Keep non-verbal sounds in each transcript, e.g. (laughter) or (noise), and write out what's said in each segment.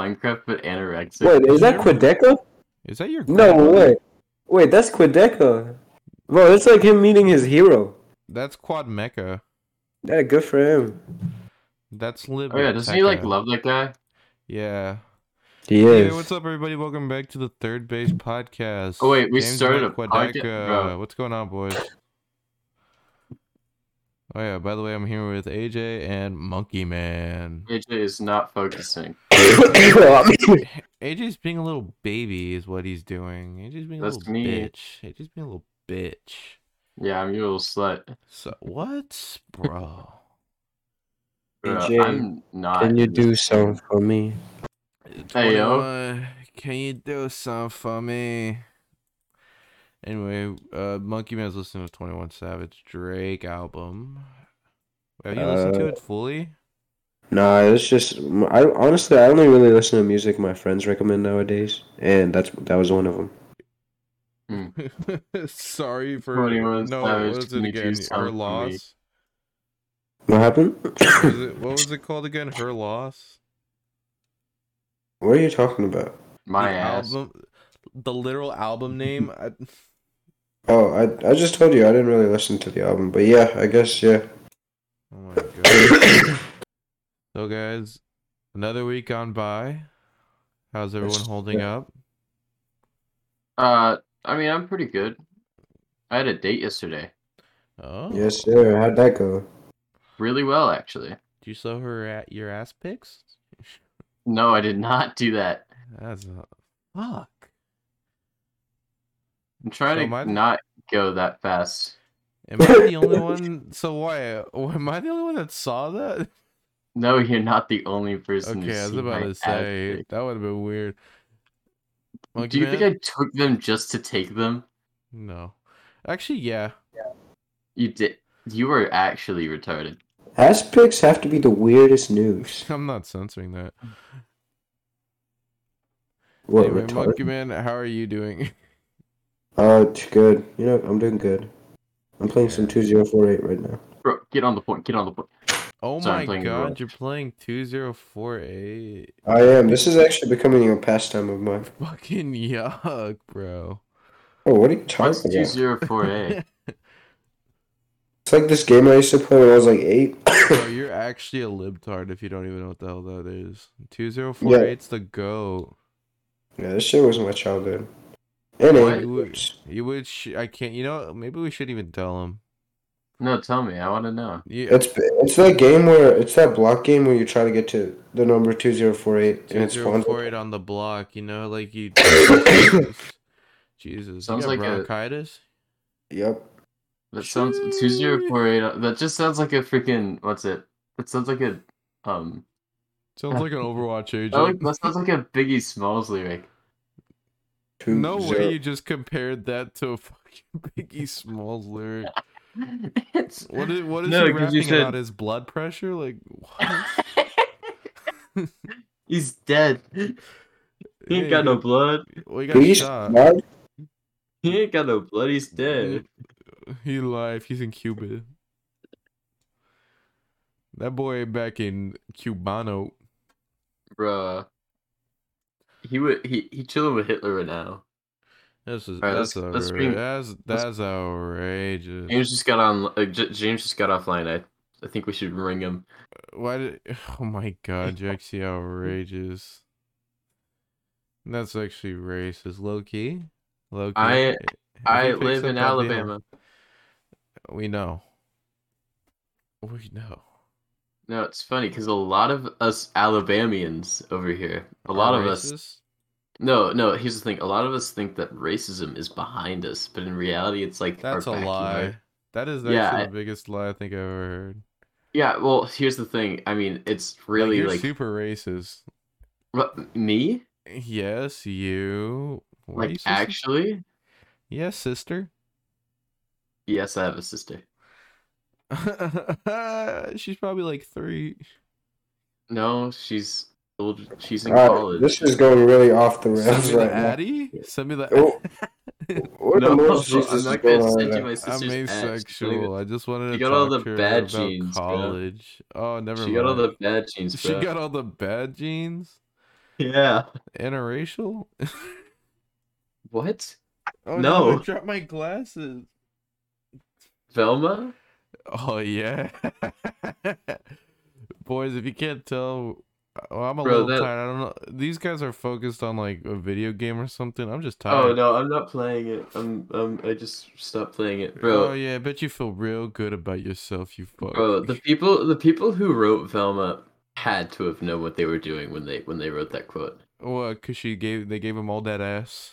Minecraft but anorexic. Wait, is that Sure. Quadeco? Is that your No grandma? way. Wait, that's Quadeco. Bro, that's like him meeting his hero. That's Quad Mecha. Yeah, good for him. That's Lib. Oh yeah, doesn't he like love that guy? Yeah. He Hey, is. what's (coughs) up, everybody? Welcome back to the Third Base Podcast. Oh, wait, we James started a Mike podca- Wadeka. bro. What's going on, boys? Oh yeah. By the way, I'm here with AJ and Monkey Man. AJ is not (coughs) focusing. AJ's being a little baby, is what he's doing. AJ's being a That's little me. bitch. AJ's being a little bitch. Yeah, I'm your little slut. So what, bro? Bro, AJ, I'm not. Can you do something for me? Hey, yo. 21, Can you do something for me? Anyway, uh, Monkey Man's listening to 21 Savage Drake album. Have you listened to Uh, it fully? (laughs) Nah, it's just I honestly I only really listen to music my friends recommend nowadays, and that's that was one of them. Sorry for 21 no. Savage, What was can it you do again? something Her for me? (laughs) loss. What happened? (coughs) Was it, what was it called again? Her loss. what are you talking about? My the ass. album, the (laughs) literal album name. I, Oh, I I just told you I didn't really listen to the album, but yeah, I guess yeah. (coughs) (laughs) oh my god. so guys, another week gone by. How's everyone That's- holding up? Uh, I mean, I'm pretty good. I had a date yesterday. Oh, Yes, sir. How'd that go? Really well, actually. Do you show her at your ass pics? No, I did not do that. That's a fuck. I'm trying So to my- not go that fast. Am I the (laughs) only one? So why? why Am I the only one that saw that? No, you're not the only person. Okay, who's I was seen about my to ass say pic. that would have been weird. Monkey Do you Man? think I took them just to take them? No, actually, yeah. (laughs) You did. You were actually retarded. Ass pics have to be the weirdest news. I'm not censoring that. What anyway, Monkey retarded? Man, how are you doing? (laughs) Oh, it's good. You know, I'm doing good. I'm playing some two zero four eight right now. Bro, get on the point. Get on the point. Oh Sorry, I'm my playing god, Overwatch. you're playing two zero four eight. (laughs) I am. This is actually becoming a pastime of mine. Fucking yuck, bro. Oh, what are you What's talking two about? zero four (laughs) A? It's like this game I used to play when I was like eight. (coughs) Bro, you're actually a libtard if you don't even know what the hell that is. 2048's the goat. Yeah, this shit was my childhood. And What? Angry Birds. You would, sh- I can't, you know, maybe we should even tell him. No, tell me. I want to know. Yeah, It's it's that game where it's that block game where you try to get to the number two zero four eight and it's fun. 2048 on the block, you know, (coughs) like you. Jesus. Sounds you like got a- bronchitis? Yep. That sounds two zero four eight. uh, That just sounds like a freaking. What's it? That sounds like a um. Sounds like an Overwatch (laughs) That, like, agent. that sounds like a Biggie Smalls lyric. Two, No zero- way you just compared that to a (laughs) fucking Biggie Smalls lyric. it's (laughs) What is, what is No, he 'cause rapping you said- about? His blood pressure? Like, what? he's dead. (laughs) He ain't got no blood. Well, he got Biggie shot. Smalls? He ain't got no blood. He's dead. He alive. He's in Cuba. That boy back in Cubano. Bruh. He would he he chilling with Hitler right now. This is Alright, let's- that's let's outrageous. bring- that's let's- that's outrageous. James just got on. Uh, J- James just got offline. I I think we should ring him. Why did? (laughs) Oh my (laughs) God, you're actually outrageous. That's actually racist, Eh, low key. Low key. I- If I he picks live in up on the- Alabama. We know. We know. No, it's funny because a lot of us Alabamians over here, a lot of us. us. No, no. Here's the thing: a lot of us think that racism is behind us, but in reality, it's like our That's a backyard. lie. That is actually Yeah, I- the biggest lie I think I've ever heard. Yeah. Well, here's the thing. I mean, it's Like, really you're like, super racist. what, me. Yes, you. Like Racist? actually, Yes, sister. yes, I have a sister. (laughs) She's probably like three. No, she's old. She's in Alright, college. this is going really off the Send rails me the right now. Addy. Send me the. Oh, (laughs) What no, the most I'm Jesus is not going gonna on send you right my I'm sister's ex. asexual. I just wanted to She talk got all the to her bad about genes, bro. college. Oh, never She mind. got all the bad genes, (laughs) she bro. got all the bad genes. Yeah. Interracial? (laughs) What? Oh No. I dropped my glasses. Velma? Oh yeah. (laughs) Boys, if you can't tell, well, I'm a Bro, little that- tired. I don't know. These guys are focused on like a video game or something. I'm just tired. Oh no, I'm not playing it. I'm um I just stopped playing it, Oh bro. yeah, I bet you feel real good about yourself, you fuck. Bro, the people the people who wrote Velma had to have known what they were doing when they when they wrote that quote. (laughs) What? Cause she gave they gave him all that ass.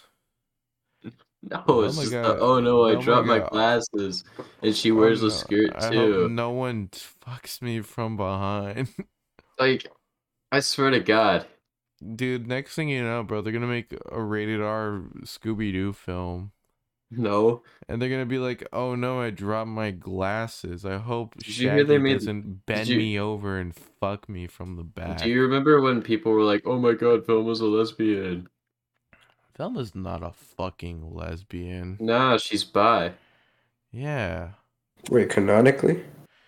No, Oh it's my just the, God. oh no, I Oh my dropped my God. glasses, and she Oh, wears no. a skirt I hope too. no one fucks me from behind, (laughs) Like, I swear to God, (laughs) dude. Next thing you know, bro, they're gonna make a rated R Scooby Doo film. no. And they're gonna be like, "Oh no, I dropped my glasses. I hope Did you hear Shaggy they made- doesn't bend you- me over and fuck me from the back." Do you remember when people were like, "Oh my God, Velma's a lesbian"? Velma's not a fucking lesbian. Nah, she's bi. Yeah, (laughs) Wait, canonically?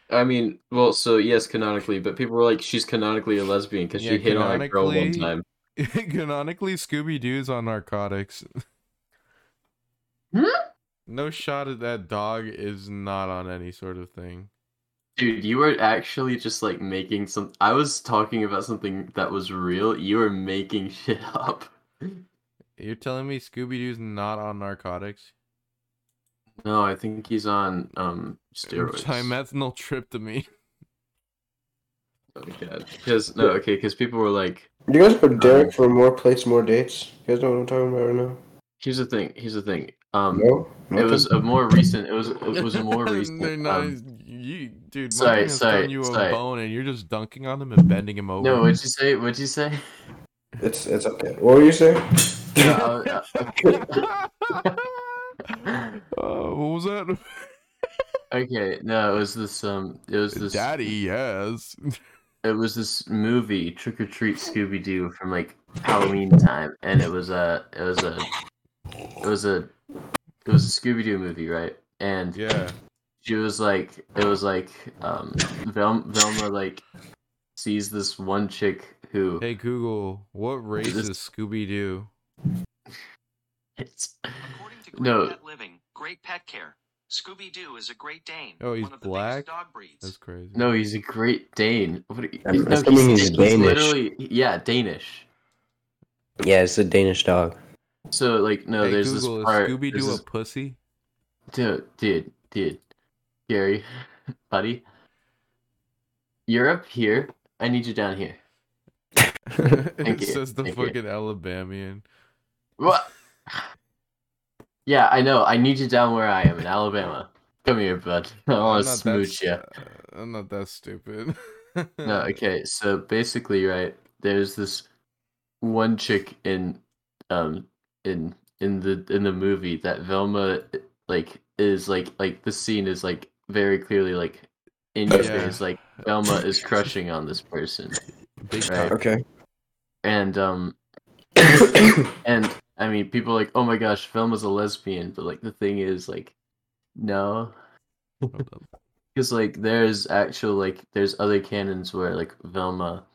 I mean, well, so yes, canonically, but people were like, "She's canonically a lesbian" because Yeah, she hit on a girl one canonically- (laughs) time. canonically, Scooby Doo's on narcotics. Hmm? no shot at that dog is not on any sort of thing. Dude, you were actually just like making some. I was talking about something that was real. You were making (laughs) shit up. You're telling me Scooby Doo's not on narcotics? No, I think he's on um steroids. Trimethyl tryptamine. Because Oh, no, okay, because people were like, You guys put Derek for more plates, more dates. You guys know what I'm talking about right now? here's the thing, here's the thing. Um, No, it was Nothing? a more recent. It was it was a (laughs) more recent. They're not, um, you, dude. sorry, Sorry, sorry, You a sorry. bone, and you're just dunking on him and bending him over. no, (laughs) (laughs) what'd you say? What'd you say? It's it's up there. What were you saying? No, uh, uh, Uh, what was that? okay, no, it was this. Um, it was this. Daddy, yes. It was this movie, Trick or Treat Scooby Doo, from like (laughs) Halloween time, and it was a, it was a, it was a, it was a Scooby Doo movie, right? And Yeah. she was like it was like um Vel- Velma like sees this one chick who Hey Google, what race is Scooby Doo? it's According to Great No. Pet Living, Great Pet Care, Scooby Doo is a Great Dane. Oh, he's one of the black? biggest dog breeds. That's crazy. no he's a great Dane what are, I'm no, assuming he's Danish. literally yeah Danish Yeah, it's a Danish dog. so like no hey there's Google, this is part Scooby there's Doo a this, (laughs) pussy? (laughs) dude dude dude Gary (laughs) buddy you're up here I need you down here it you, says the thank you. fucking Alabamian. what yeah I know I need you down where I am in Alabama come here bud (laughs) I I'm want to not that smooch stu- you. I'm not that stupid. (laughs) No, okay. So basically, right, there's this one chick in um in in the in the movie that Velma like is like like the scene is like very clearly like in your Yeah. face like Velma is crushing on this person. Big Right. cock. Okay. And um and I mean people are like, "Oh my gosh, Velma's a lesbian." But like the thing is like no, Hold up. Because like there's actual like there's other canons where like Velma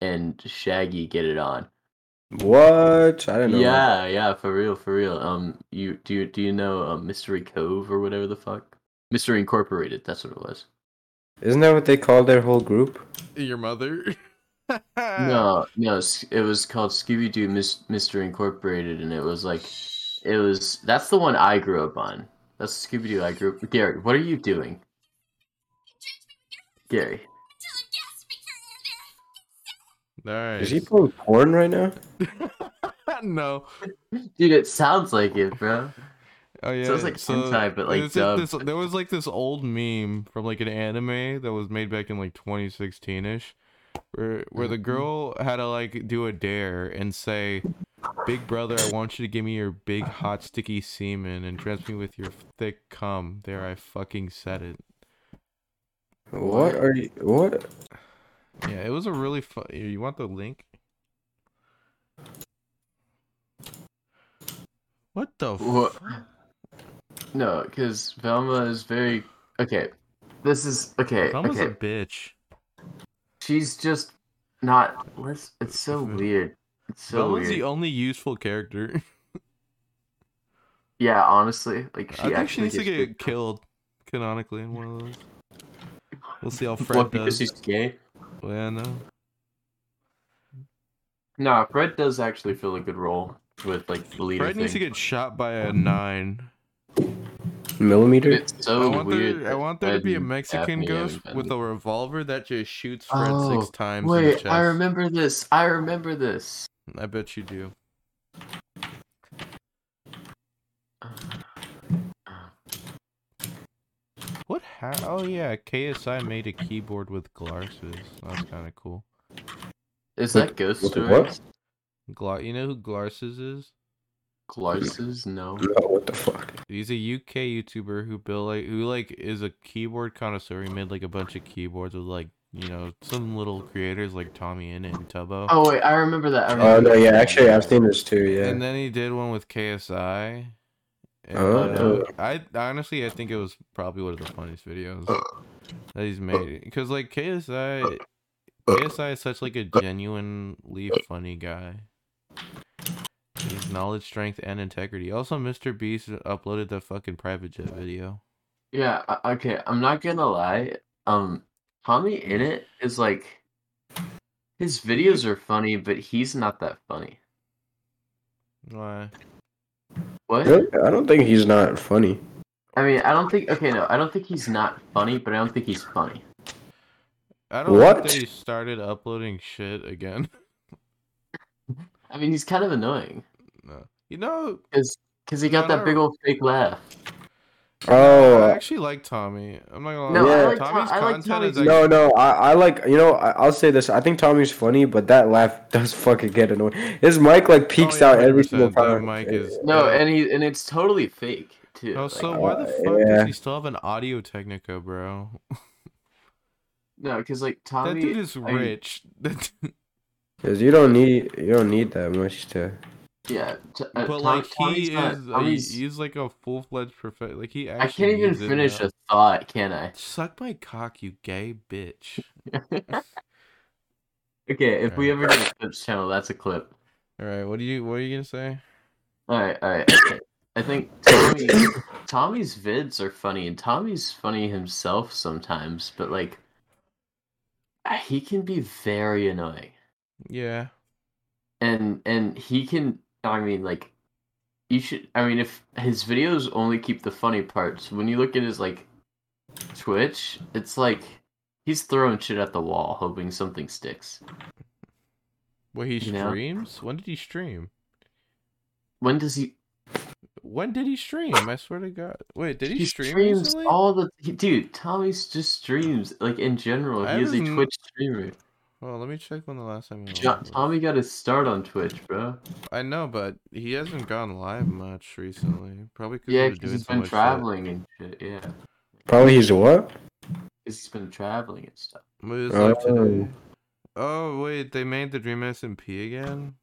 and Shaggy get it on. (coughs) what? I don't know. Yeah, yeah, for real, for real. Um, you do you do you know um, Mystery Cove or whatever the fuck? Mystery Incorporated. That's what it was. Isn't that what they call their whole group? (laughs) Your mother? Uh. (laughs) No, no, s- it was called Scooby Doo Mis- Mystery Incorporated, and it was like it was that's the one I grew up on. That's Scooby Doo I grew up. Gary, what are you doing? Gary, All right. Is he playing porn right now? (laughs) no. dude, it sounds like it, bro. Oh yeah. Sounds like hentai, but, like, it's like dubbed. this, there was like this old meme from like an anime that was made back in like 2016 ish, where where the Mhm. girl had to like do a dare and say, "Big brother, I want you to give me your big hot sticky semen and drench me with your thick cum." There, I fucking said it. What are you? What? Yeah, it was a really fun. You want the link? What the? Wha- fuck? No, because Velma is very okay. This is okay. Velma's eh, okay, a bitch. Mm-hmm. she's just not. Let's. It's so weird. so Velma's the weird. only useful character. Yeah, honestly, like (laughs) she I think she actually needs to gets get good- killed canonically in one of those. We'll see how Fred What because he's does. gay? Well, yeah, no. Nah, Fred does actually fill a good role with like the leader Fred thing. Mm-hmm. needs to get shot by a nine. Millimeter? it's so I want Oh, weird. there, I that want there to Fred be a and Mexican Daphne ghost haven't with been- a revolver that just shoots Fred Oh, six times in the Wait, chest. I remember this. I remember this. I bet you do. What? Ha- oh yeah, KSI made a keyboard with glasses. That's kind of cool. Is Wait, that Ghost what- Story? what? Gla- you know who Glarses is? Glarses? No. No, what the fuck? He's a UK YouTuber who built like who like is a keyboard connoisseur. He made like a bunch of keyboards with like you know some little creators like Tommy in and Tubbo. Oh wait, I remember that. I Oh remember no, that. yeah, actually I've seen this too, yeah. And then he did one with KSI. And, Oh. uh, I honestly I think it was probably one of the funniest videos Uh. that he's made because like KSI, KSI is such like a genuinely Uh. funny guy. He's knowledge, strength, and integrity. Also, Mr. Beast uploaded the fucking private jet video. Yeah, I- okay, I'm not gonna lie. Um Tommy in it is like his videos are funny, but he's not that funny. Why? What? I don't think he's not funny. I mean, I don't think okay, no, I don't think he's not funny, but I don't think he's funny. I don't what? What? think that he started uploading shit again. (laughs) I mean, he's kind of annoying no. You know, cuz he got that big old fake laugh. Oh, I uh, actually like Tommy. I'm not gonna No, lie. I like Tom- Tommy's I like content Tommy is too. actually no, no, I, I like you know I, I'll say this. I think Tommy's funny, but that laugh (laughs) does fucking get annoying. His mic like peaks Oh, yeah, out every single 100%, that time. mic is- No, Yeah. and he and it's totally fake too. Oh, like- so why the uh, fuck yeah. does he still have an Audio Technica, bro? no, cuz like That Tommy dude is I- rich. (laughs) That dude- 'Cause you don't need you don't need that much to. Yeah, t- uh, Tom- but like Tommy's he not- is, a, Tommy's- he's like a full fledged perfect. Like he I actually. can't even needs it finish now. a thought, can I? Suck my cock, you gay (laughs) bitch. Okay, if we Alright. ever get a clips channel, that's a clip. All right, what do you what are you gonna say? All right, all right. Okay. I think Tommy, Tommy's vids are funny, and Tommy's funny himself sometimes, but like uh, he can be very annoying, Yeah. and and he can. I mean, like you should. I mean, if his videos only keep the funny parts, when you look at his like Twitch, it's like he's throwing shit at the wall, hoping something sticks. Well, he You know? streams. When did he stream? When does he? When did he stream? I swear to God. Wait, did he, stream streams recently? all the he, dude. Tommy's just streams like in general. I He is a haven't- Oh, Twitch streamer. Well, let me check when the last time. he went Jo- live was. Tommy got his start on Twitch, bro. I know, but he hasn't gone live much recently. Probably because Yeah, he was because doing he's so been much shit. traveling and shit. Yeah, Probably he's what? because he's been traveling and stuff. What is live Oh. today? Oh wait, they made the Dream SMP again.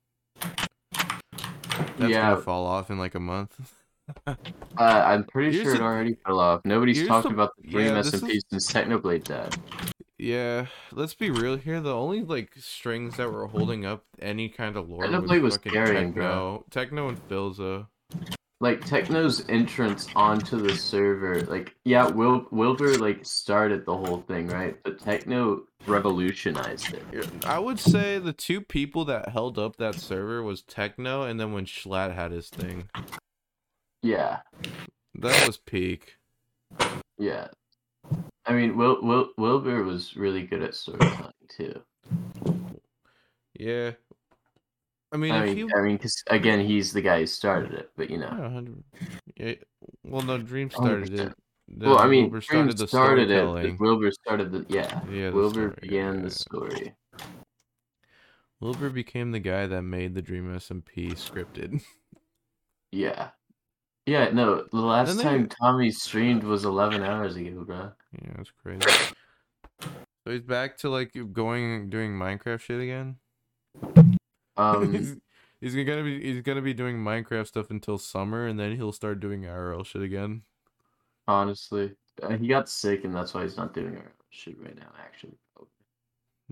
That's yeah, gonna fall off in like a month. (laughs) uh, I'm pretty Here's sure it the- already fell off. Nobody's here's talked the- about the Dream yeah, this SMP is- since Technoblade died. yeah, let's be real here. The only like strings that were holding up any kind of lore Technoblade was fucking carrying, techno, techno and Filza. Like Techno's entrance onto the server, like yeah, Wil- Wilbur like started the whole thing, right? But Techno revolutionized it. I would say the two people that held up that server was Techno, and then when Schlatt had his thing, Yeah. that was peak. Yeah. I mean, Wil- Wil- Wilbur was really good at storytelling too. Yeah, I mean, I if mean, you I mean, because again, he's the guy who started it. But you Yeah, know, 100. Yeah. Well, no, Dream started it. 100%. Then well, I mean, Wilbur Dream started, it. storytelling. but Wilbur started the yeah. Yeah, the Wilbur story, began yeah. the story. Wilbur became the guy that made the Dream SMP scripted. (laughs) Yeah. Yeah, no, the last Then they- time Tommy streamed was 11 hours ago, bro. yeah, it's crazy. So he's back to like going doing Minecraft shit again. Um, (laughs) he's, he's gonna be he's gonna be doing Minecraft stuff until summer, and then he'll start doing IRL shit again. honestly, uh, he got sick, and that's why he's not doing our shit right now, actually.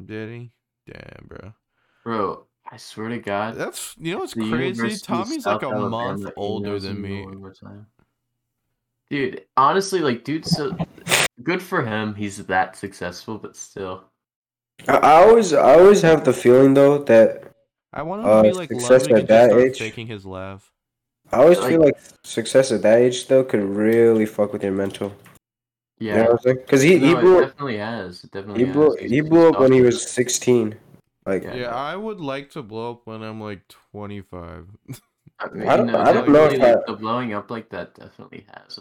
Did he? Damn, bro. Bro, I swear to God. That's you know what's the crazy. University of Tommy's South like a Alabama month emails older than me. one more time. Dude, honestly, like, dude, so good for him. He's that successful, but still, I, I always I always have the feeling though that I want him to Uh, be like success Ludwig at and that just start age? faking his laugh. I always Like- feel like success at that age though could really fuck with your mental. yeah. You know what I'm saying? Because he, he No, blew it up, definitely has. It definitely he has. blew He's- he he's blew up when he awesome. was 16. Like Yeah. Yeah. I would like to blow up when I'm like 25. I, mean, I don't- you know, I don't like, know really, if like, I- the blowing up like that definitely has.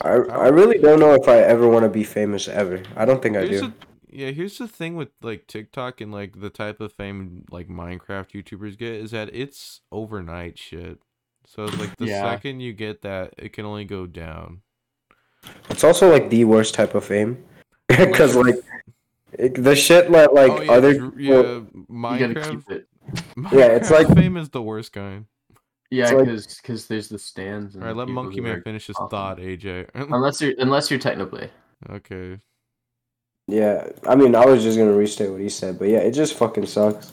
I I really don't know if I ever want to be famous ever. I don't think I Here's do. the- yeah, here's the thing with like TikTok and like the type of fame like Minecraft YouTubers get is that it's overnight shit. So it's like the Yeah. second you get that, it can only go down. (laughs) It's also like the worst type of (laughs) fame because like it, the shit that like oh, yeah, other dr- people- yeah, you gotta Minecraft. keep it. Yeah, it's (laughs) Minecraft like- fame is the worst kind. Yeah, like- because there's the stands. and All right, the let people Monkey who Man are- finish his awesome. thought, (laughs) AJ. Unless you're unless you're technoblade. okay, Yeah, I mean, I was just gonna restate what he said, but yeah, it just fucking sucks.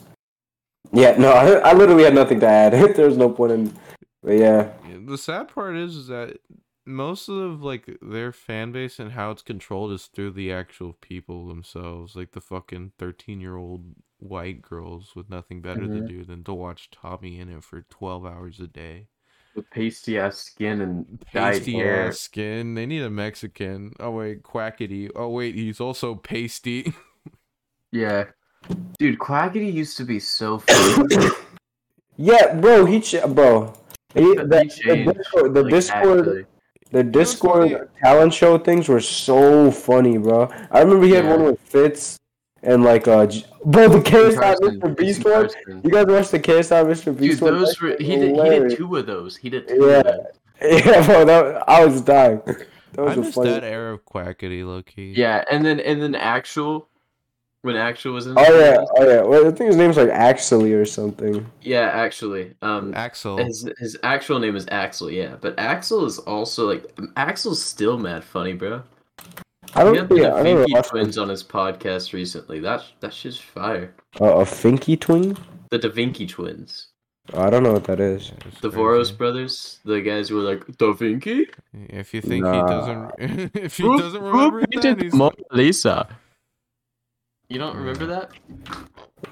Yeah, no, (laughs) I, I literally had nothing to add. (laughs) There's no point in, but yeah, Yeah, the sad part is, is that most of like their fan base and how it's controlled is through the actual people themselves like the fucking 13 year old white girls with nothing better to Mm-hmm. Mhm. do than to watch tommy in it for 12 hours a day With pasty ass skin and dyed pasty hair. ass skin they need a mexican oh wait quackity oh wait he's also pasty (laughs) Yeah. Dude, Quackity used to be (coughs) so funny. yeah, bro, he, ch- bro, he, He the, the changed, Discord, the like, Discord, actually. the funny? Discord talent show things were so funny, bro. I remember he had Yeah. one with Fitz and like, uh, J- bro, the In KSI person, Mr. Beast in one. person. You guys watched the KSI Mr. Dude, Beast one? those That were, shit he did he hilarious. did two of those. He did two Yeah. of those. (laughs) Yeah, bro, that, I was dying. (laughs) That was i the miss funniest- that era of quackity loki Yeah, and then and then actual when actual was in Oh the yeah, series- oh yeah. Well, I think his name's like Axley or something. Yeah, actually. Um axel his his actual name is Axel, yeah. But Axel is also like Axel's still mad funny, bro. I He don't had think the I don't Finky know. twins on his podcast recently. That that shit's fire. Uh, a Finky twin? The Da Vinci twins. Oh, I don't know what that is. It's The crazy. Voros brothers, the guys who were like Da Vinci? If you think Nah. he doesn't, (laughs) if he Who- doesn't who remember painted that, he's Mona Lisa. You don't Yeah. remember that?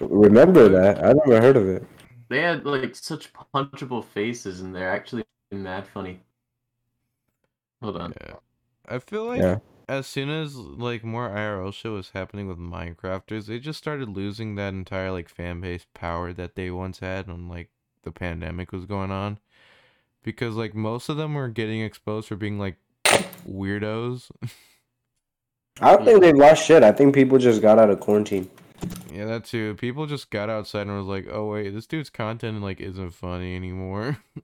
Remember that? I never heard of it. They had like such punchable faces, and they're actually mad funny. Hold on. Yeah. I feel like Yeah. as soon as like more IRL shit was happening with Minecrafters, they just started losing that entire like fan base power that they once had when like the pandemic was going on, because like most of them were getting exposed for being like weirdos. (laughs) I don't think they've lost shit. I think people just got out of quarantine. yeah, that too. People just got outside and was like, oh wait, this dude's content like isn't funny anymore. (laughs)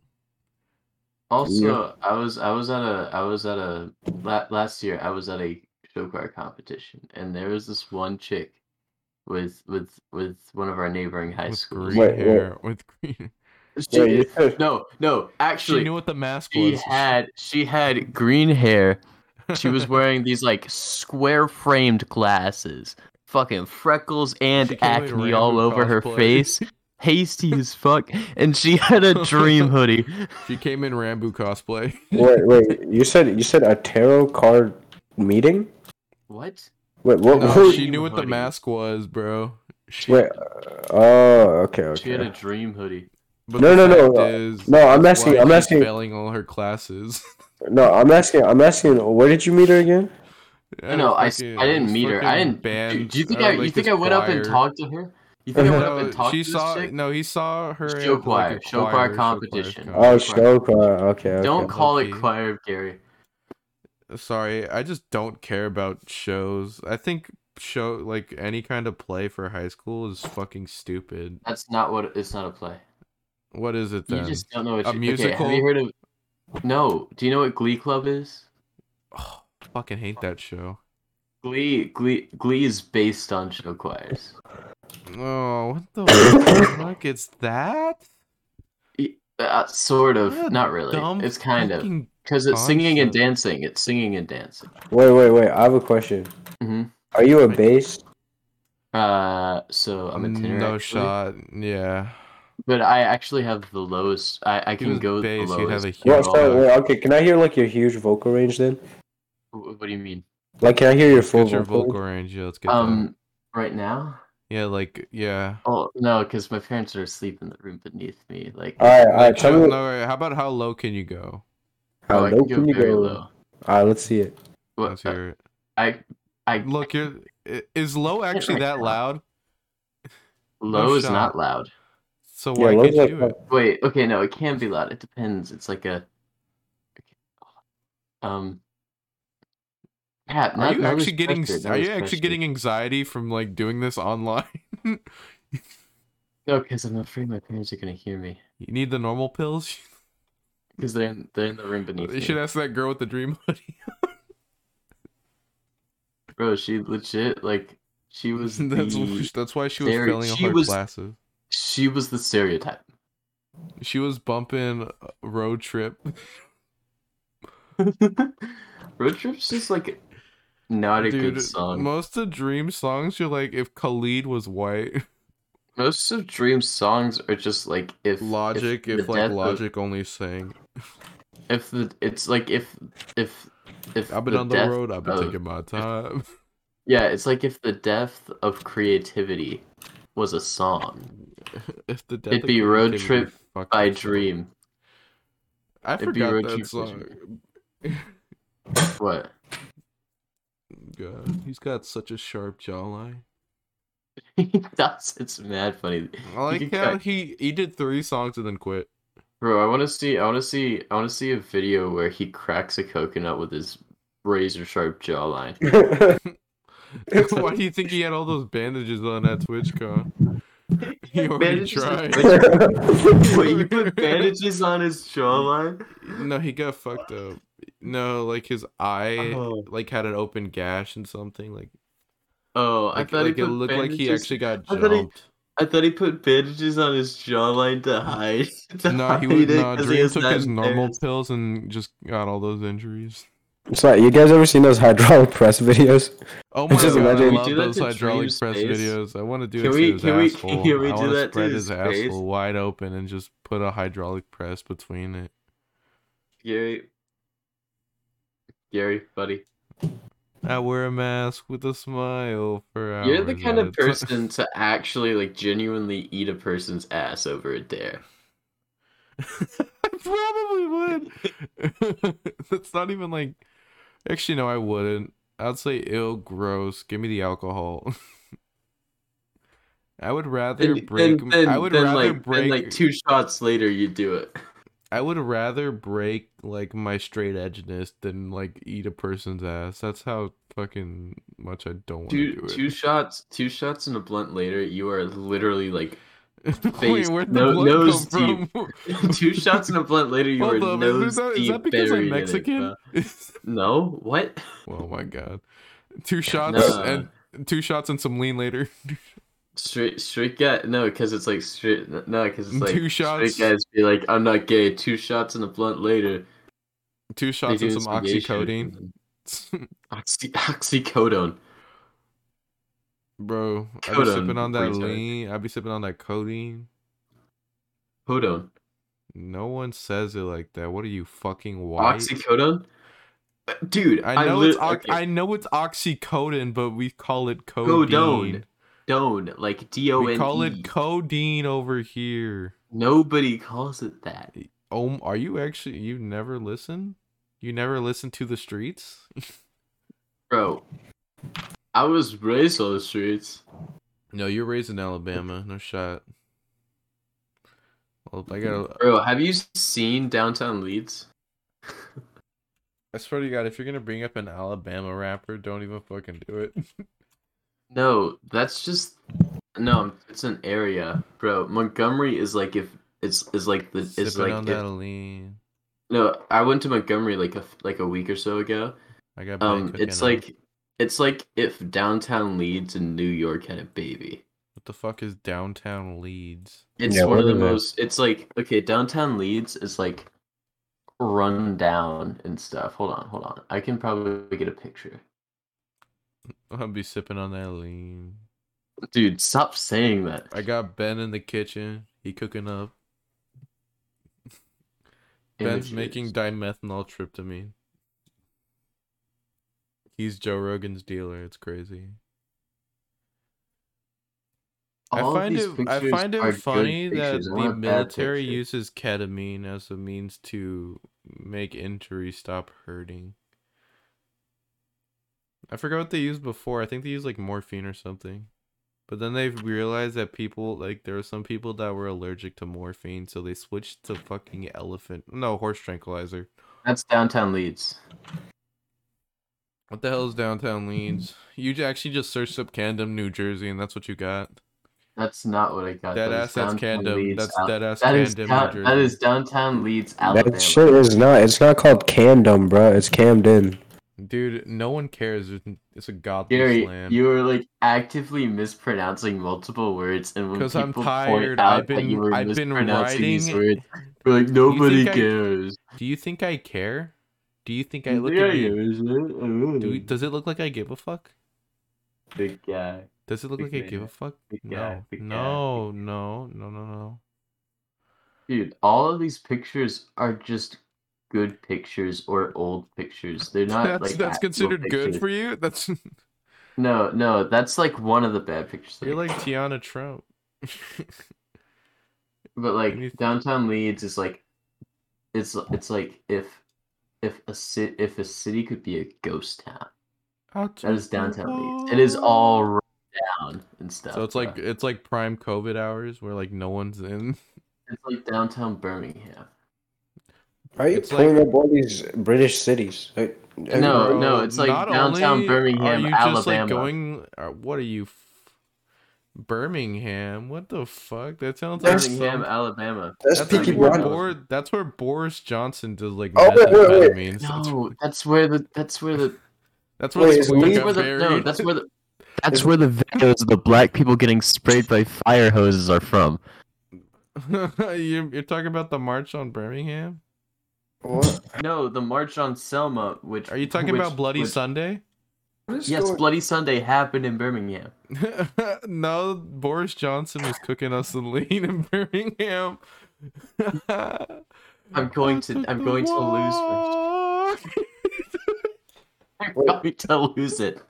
Also, I was I was at a I was at a la- last year I was at a show choir competition, and there was this one chick with with with one of our neighboring high with schools. green Wait, wait. hair, with green. (laughs) She- Yeah, you said- No, no, actually, she knew what the mask she was. had she had green hair She was (laughs) wearing these like square framed glasses, fucking freckles and She came with acne all random over her cosplay. (laughs) face, hasty as fuck, and she had a (laughs) dream hoodie. (laughs) She came in Rambo cosplay. (laughs) (laughs) Wait, wait. You said you said a tarot card meeting? What? Wait, what? No, what- Uh, she knew what the Hoodie. mask was, bro. She, wait. Oh, okay, She had a okay. dream hoodie. but No, the no, no, fact uh, Is, No, I'm why asking. I'm she's asking. Failing all her classes. (laughs) No, I'm asking. I'm asking. Where did you meet her again? No, no, I, s- I didn't meet her. I didn't. Dude, do you uh, think I, you think I went up and talked to her? You think I went up and No, talked she to saw. this chick? No, he saw her. Show at, like, choir, a show choir competition. comp- Oh, Choir. show choir. Okay, okay. Don't call it Low-key. choir, Gary. Sorry, I just don't care about shows. I think show like any kind of play for high school is fucking stupid. That's not what. It's not a play. What is it You then? just don't know what you- Okay, A have musical? you heard of? No. Do you know what Glee Club is? Oh, fucking hate that (coughs) show. Glee, Glee, Glee is based on show choirs. Oh, what the fuck? It's that? Uh, sort of, What a not really. dumb It's kind of fucking- because it's singing and concept. dancing. It's singing and dancing. Wait, wait, wait. I have a question. hmm Are you a Wait. bass? Uh, so I'm a tenor. no actually. shot. Yeah. But I actually have the lowest. I, I If it can was go the bass, lowest. you'd have a Well, huge sorry, vocal. wait, okay, can I hear like your huge vocal range then? Wh- What do you mean? Like, can I hear your Let's full get your vocal? vocal range. Yeah, let's get that. Um, right now? Yeah, like yeah. Oh no, because my parents are asleep in the room beneath me. Like, All right, all right. Like, Tell no, me. no, wait, how about how low can you go? How oh, I low can go can you very go? low. All right, let's see it. What- uh, Let's hear it. I, I Look, you're i- is low it actually right that now. loud? low no is shot. not loud. So Yeah, why low can't is like you? that. it? Wait, okay, no, it can be loud. It depends. It's like a. Um. Yeah, Are not- you not as actually getting? pressured, s- not Are as you actually pressured. getting anxiety from like doing this (laughs) online? you No, because Oh, I'm afraid my parents are gonna hear me. need the normal pills. Because they're in, they're in the room beneath (laughs) You me. Uh, should ask that girl with the dream (laughs) hoodie. Bro, she legit like she (laughs) was that's the, that's why she was there- failing all she her was- classes. she was the stereotype. (laughs) She was bumping uh, road trip. Road trips is like not a Dude, good song. most of Dream songs, you're like, if Khalid was white, (laughs) Most of Dream's songs are just like if if Logic, the if, death like of- Logic only sang, if the it's like if if if I've been on the death, road, I've been of- taking my time. (laughs) Yeah, it's like if the death of creativity was a song if the death It'd of be Road creativity, fuck by that song. Dream. I it'd be forgot Road that Trip by song. What? (laughs) God, he's got such a sharp jawline. That's it's mad funny. I like can how cut. he he did three songs and (laughs) then quit. (laughs) Bro, I want to see. I want to see. I want to see a video where he cracks a coconut with his razor sharp jawline. (laughs) Why do you think he had all those bandages on that TwitchCon? (laughs) He already Bandages is tried. Twitch- (laughs) Wait, you (laughs) put bandages on his jawline? No, he got fucked up. No, like his eye, Oh. like had an open gash and something. Like, Oh, I like, thought like he it put looked like he bandages- actually got I thought he- (laughs) jumped. I thought he put bandages on his jawline to hide. (laughs) to No, he hide was it no. 'cause he Dream was took that his normal embarrassed. pills and just got all those injuries. Sorry, you guys ever seen those hydraulic press (laughs) videos? Oh my Just god, I imagine- love Do that those to hydraulic Dream's press face. videos. I want to do Can it we- to his can we- (laughs) asshole. can we I do want that to to spread his his face? asshole wide open and just put a hydraulic press between it. Gary, Gary, buddy, I wear a mask with a smile for hours. you're the kind of at a ti- person to actually like genuinely eat a person's ass over a dare. (laughs) I probably would. (laughs) That's not even like. Actually, no, I wouldn't. I'd say ill, gross. Give me the alcohol. (laughs) I would (laughs) rather And- break. and then, I would then, rather like, break. then, like two shots later, you do it. I would rather break like my straight edgeness than like eat a person's ass. That's how fucking much I don't want to Two do it. two shots, two shots and a blunt later, you are literally like (laughs) (laughs) Wait, face- where'd the no- blood nose come (laughs) deep. from? two shots and a blunt later, you are Hold up, nose is that, is deep that because I'm buried in it, Mexican? bro. (laughs) no, what? oh my god, two shots No, and two shots and some lean later. (laughs) straight straight guy. No, because it's like straight. No, because it's like Two shots. Straight guys be like, I'm not gay. Two shots and a blunt later. Two they shots do and some gay shit. oxycodone. (laughs) Oxy oxycodone. Bro, I be Codone, sipping on that retard. lean. I be sipping on that codeine. Codone. No one says it like that. What are you fucking white? Oxycodone. Uh, Dude, I know it's lit- ox- okay. I know it's oxycodone, but we call it codeine. Codone. Done, like D O We N call E. it codeine over here. Nobody calls it that. Oh, are you actually? You never listen. You never listen to the streets. Bro, I was raised on the streets. No, you're raised in Alabama. No shot. Well, I got. Bro, have you seen downtown Leeds? I swear to God, if you're gonna bring up an Alabama rapper, don't even fucking (laughs) do it. No, that's just no. It's an area, bro. Montgomery is like if it's is like the it's Sipping like on if- that lean. no. I went to Montgomery like a f- like a week or so ago. I got. Blaine Um, cooking it's up. like it's like if downtown Leeds and New York had a baby. what the fuck is downtown Leeds? (laughs) It's Yeah, one of what the is it? most. It's like okay, downtown Leeds is like run down and stuff. Hold on, hold on. I can probably get a picture. I'll be sipping on that lean. Dude, stop saying that. I got Ben in the kitchen. He cooking up. Images. Ben's making dimethyltryptamine. He's Joe Rogan's dealer. It's crazy. All of I find these it I pictures find are it good funny that pictures. I want the a bad military picture. uses ketamine as a means to make injuries stop hurting. I forgot what they used before. I think they used like morphine or something. But then they realized that people like there were some people that were allergic to morphine, so they switched to fucking elephant no horse tranquilizer. That's downtown Leeds. What the hell is (laughs) downtown Leeds? You j- actually just searched up Camden, New Jersey, and that's what you got. That's not what I got. Dead That ass, is that's downtown Camden. Leeds, That's Al- dead ass that is Camden, down- New Jersey. that is downtown Leeds, Alabama. That shit is not. It's not called Camden, bro. It's Camden. Dude, no one cares. It's- It's a godless Gary, land. you were like actively mispronouncing multiple words, and when 'Cause people I'm tired. point out I've that you been- were I've been mispronouncing these writing- words, you're like nobody I- cares. Do you think I care? Do you think I look yeah, at you? is it? Oh, Do, does it look like I give a fuck? big guy, Does it look Big like I give a man. fuck? Big guy, No. big guy, No, no, no, no, no. dude. All of these pictures are just good pictures or old pictures. (laughs) They're not That's like that's actual considered good pictures. for you? That's (laughs) No, no, that's like one of the bad pictures. that You're I (laughs) like Tiana Trump. (laughs) But like Anything. downtown Leeds is like, it's it's like if if a city if a city could be a ghost town, Out that to is downtown Leeds. It is all run down and stuff. So it's like bro. it's like prime COVID hours where like no one's in. it's like downtown Birmingham. Are you It's like- pulling up all these British cities? Like, uh, No, Bro, no, it's like not downtown only Birmingham, are you Just like Alabama. going, uh, what are you, f- Birmingham? What the fuck? That sounds like some- Birmingham, Alabama. That's, That's, Peaky like where Blinders. Bor- that's where Boris Johnson does like Oh, wait, wait, wait. methamphetamines. That's- No, that's where the that's where the That's where Wait, this is queen Leeds that's got where the no, buried. that's where the that's where the videos of the black people getting sprayed by fire hoses are from. (laughs) you're, you're talking about the march on Birmingham? What? No, the March on Selma, which Are you talking which- about Bloody which- Sunday? (laughs) What is Yes, going- Bloody Sunday happened in Birmingham. no, Boris Johnson was cooking us some lean in Birmingham. I'm (laughs) going to- I'm going to lose lose first. I'm (laughs) Wait. going to lose it.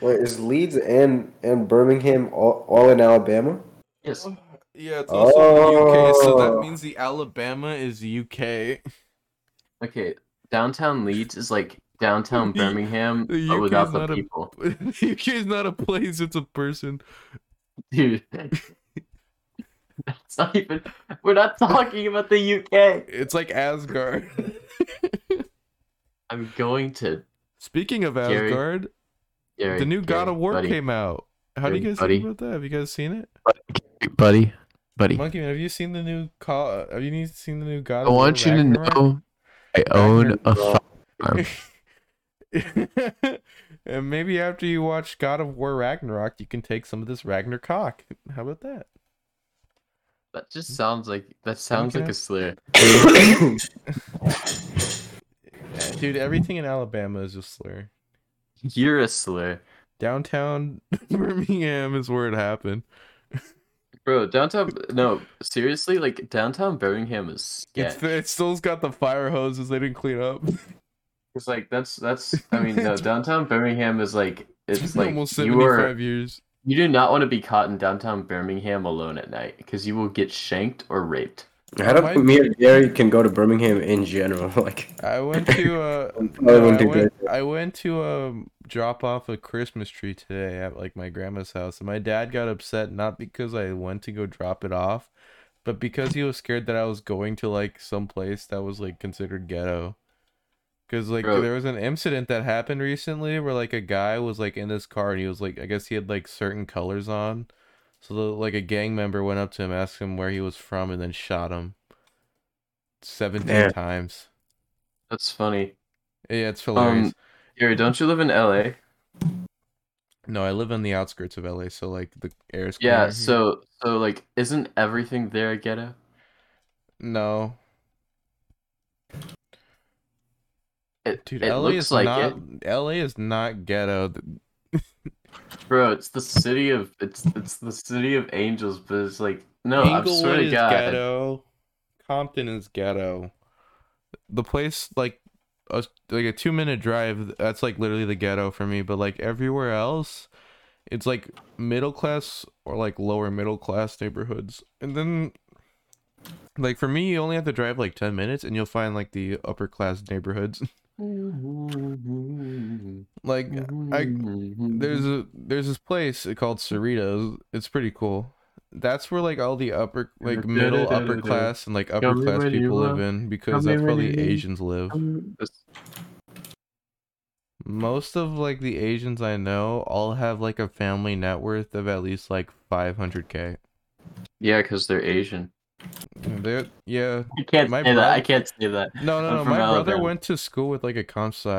Wait, is Leeds and and Birmingham all, all in Alabama? Yes. Yeah, it's also UK, so that Oh. means the Alabama is UK. (laughs) Okay. Downtown Leeds is like downtown (laughs) The- Birmingham, the but UK without is the not a- people. UK is not a place; it's a person. Dude. That's not even. We're not talking about the UK. It's like Asgard. (laughs) I'm going to. Speaking of Gary, Asgard, Gary, the new God Gary, of War buddy, came out. How do you Gary, guys buddy. think about that? Have you guys seen it? Buddy, buddy. Monkey man, have you seen the new call? Have you seen the new I God? of War want you to Ragnarok? know I own a firearm. (laughs) and maybe after you watch God of War Ragnarok, you can take some of this Ragnar cock. How about that? That just sounds like. That sounds like Okay. a slur. Dude, everything in Alabama is a slur. You're a slur. Downtown (laughs) Birmingham is where it happened. Bro, downtown. No, seriously, like downtown Birmingham is sketch. It's, it still's got the fire hoses they didn't clean up. It's like that's that's. I mean, (laughs) no, downtown Birmingham is like it's (laughs) It's like almost you 75 are years. you do not want to be caught in downtown Birmingham alone at night because you will get shanked or raped. How Why- do me and Gary can go to Birmingham in general? (laughs) Like, (laughs) I went to uh I'm no, probably I, gonna do went, I went to um drop off a Christmas tree today at like my grandma's house and my dad got upset not because I went to go drop it off, but because he was scared that I was going to like some place that was like considered ghetto. Cause like Bro. there was an incident that happened recently where like a guy was like in his car and he was like I guess he had like certain colors on. So the, like a gang member went up to him, asked him where he was from, and then shot him seventeen Damn. times. That's funny. Yeah, it's hilarious. Um, Gary, don't you live in L.A.? No, I live on the outskirts of LA, so like the air is Yeah. cleaner here. So so like, isn't everything there a ghetto? no, It, dude, it LA looks is like not it. LA is not ghetto. Th- Bro, it's the city of it's it's the city of angels, but it's like no, I Inglewood swear to is God, (laughs) ghetto. Compton is ghetto. The place like a, like a two minute drive. That's like literally the ghetto for me. But like everywhere else, it's like middle class or like lower middle class neighborhoods. And then like for me, you only have to drive like ten minutes, and you'll find like the upper class neighborhoods. (laughs) like Mm-hmm. I there's a there's this place called Cerritos. It's pretty cool. That's where like all the upper like middle upper class and like upper Come class here, people Yuma. live in Come because that's where here. the Asians live. This- Most of like the Asians I know all have like a family net worth of at least like 500k. yeah, because they're Asian. They're yeah. I can't My say that. I brother- can't say that. No, no, I'm no. from My brother Alabama. went to school with like a comp sci,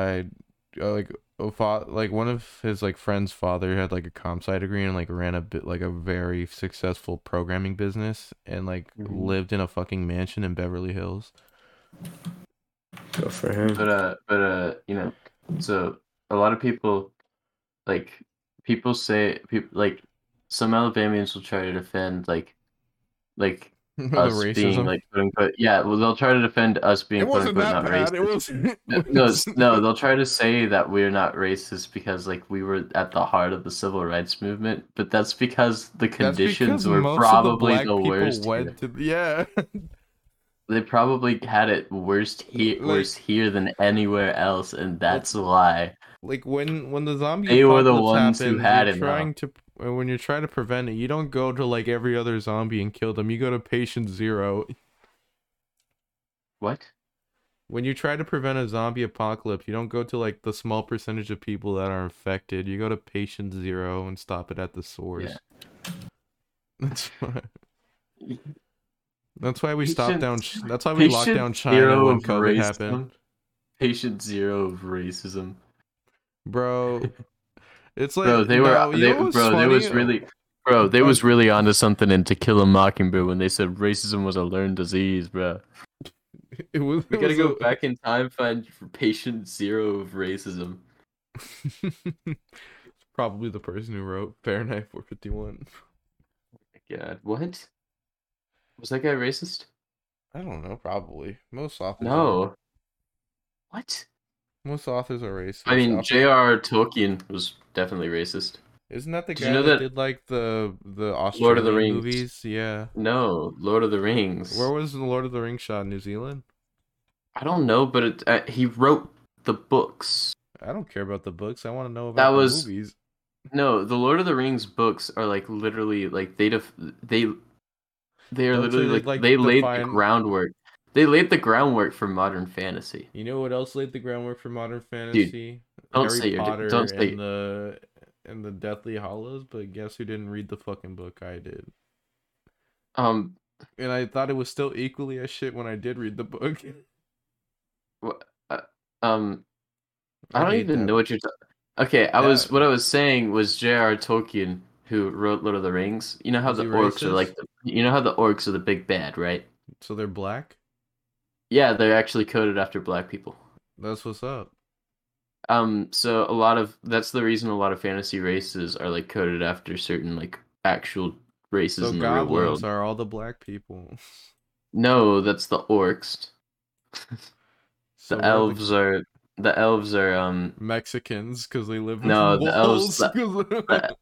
uh, like a fa- like one of his like friend's father had like a comp sci degree and like ran a bit like a very successful programming business and like Mhm. lived in a fucking mansion in Beverly Hills. (laughs) Go for him. but uh but uh you know so a lot of people like people say people like some alabamians will try to defend like like (laughs) The us being like quote unquote yeah well they'll try to defend us being it wasn't quote that unquote bad. not (laughs) (laughs) racist It was no s- no they'll try to say that we're not racist because like we were at the heart of the civil rights movement but that's because the That's conditions because were most of probably black the, people worst here. went to- yeah. (laughs) they probably had it worst here Like- worse here than anywhere else and that's why like when when the zombie They were the ones apocalypse who happens, had you're it, though. trying to when you're trying to prevent it you don't go to like every other zombie and kill them you go to patient zero What? when you try to prevent a zombie apocalypse you don't go to like the small percentage of people that are infected you go to patient zero and stop it at the source (laughs) that's why that's why we stopped Patient- down Ch- that's why we locked down china when covid happened Patient zero of racism. bro it's like Bro, they were no, you they, know what's bro, they was funny? really bro, they was really onto something in To Kill a Mockingbird when they said racism was a learned disease, bro. (laughs) it was, We it gotta was go a- back in time, find patient zero of racism. (laughs) Probably the person who wrote Fahrenheit 451. God, what? Was that guy racist? I don't know. Probably most Mm-hmm. authors. are, No. What? most authors are racist. I mean, Author- J.R.R. Tolkien was definitely racist. isn't that the did guy you know that, that- did like the the Australian Lord of the Rings. movies? Yeah. No, Lord of the Rings. Where was the Lord of the Rings shot? in New Zealand. I don't know, but it, uh, he wrote the books. I don't care about the books. I want to know about That the was- movies. No, the Lord of the Rings books are like literally like they def- they they are Don't literally they, like, like, they laid the define- groundwork. They laid the groundwork for modern fantasy. You know what else laid the groundwork for modern fantasy? Don't Harry say you're Potter don't say and the and the Deathly Hollows. But guess who didn't read the fucking book? I did. um and I thought it was still equally as shit when I did read the book. (laughs) (laughs) um I, don't hate even that. know what you're talking. Okay, I That- was what I was saying was J.R.R. Tolkien who wrote Lord of the Rings. You know how Was the he orcs are racist? like the, you know how the orcs are the big bad, right? So they're black. Yeah, they're actually coded after black people. That's what's up. Um, so a lot of that's the reason a lot of fantasy races are like coded after certain like actual races So in the real goblins world. are all the black people. No, that's the orcs. (laughs) So The we're elves are the elves are um Mexicans because they live. No, with the elves- wolves, 'cause- (laughs) the-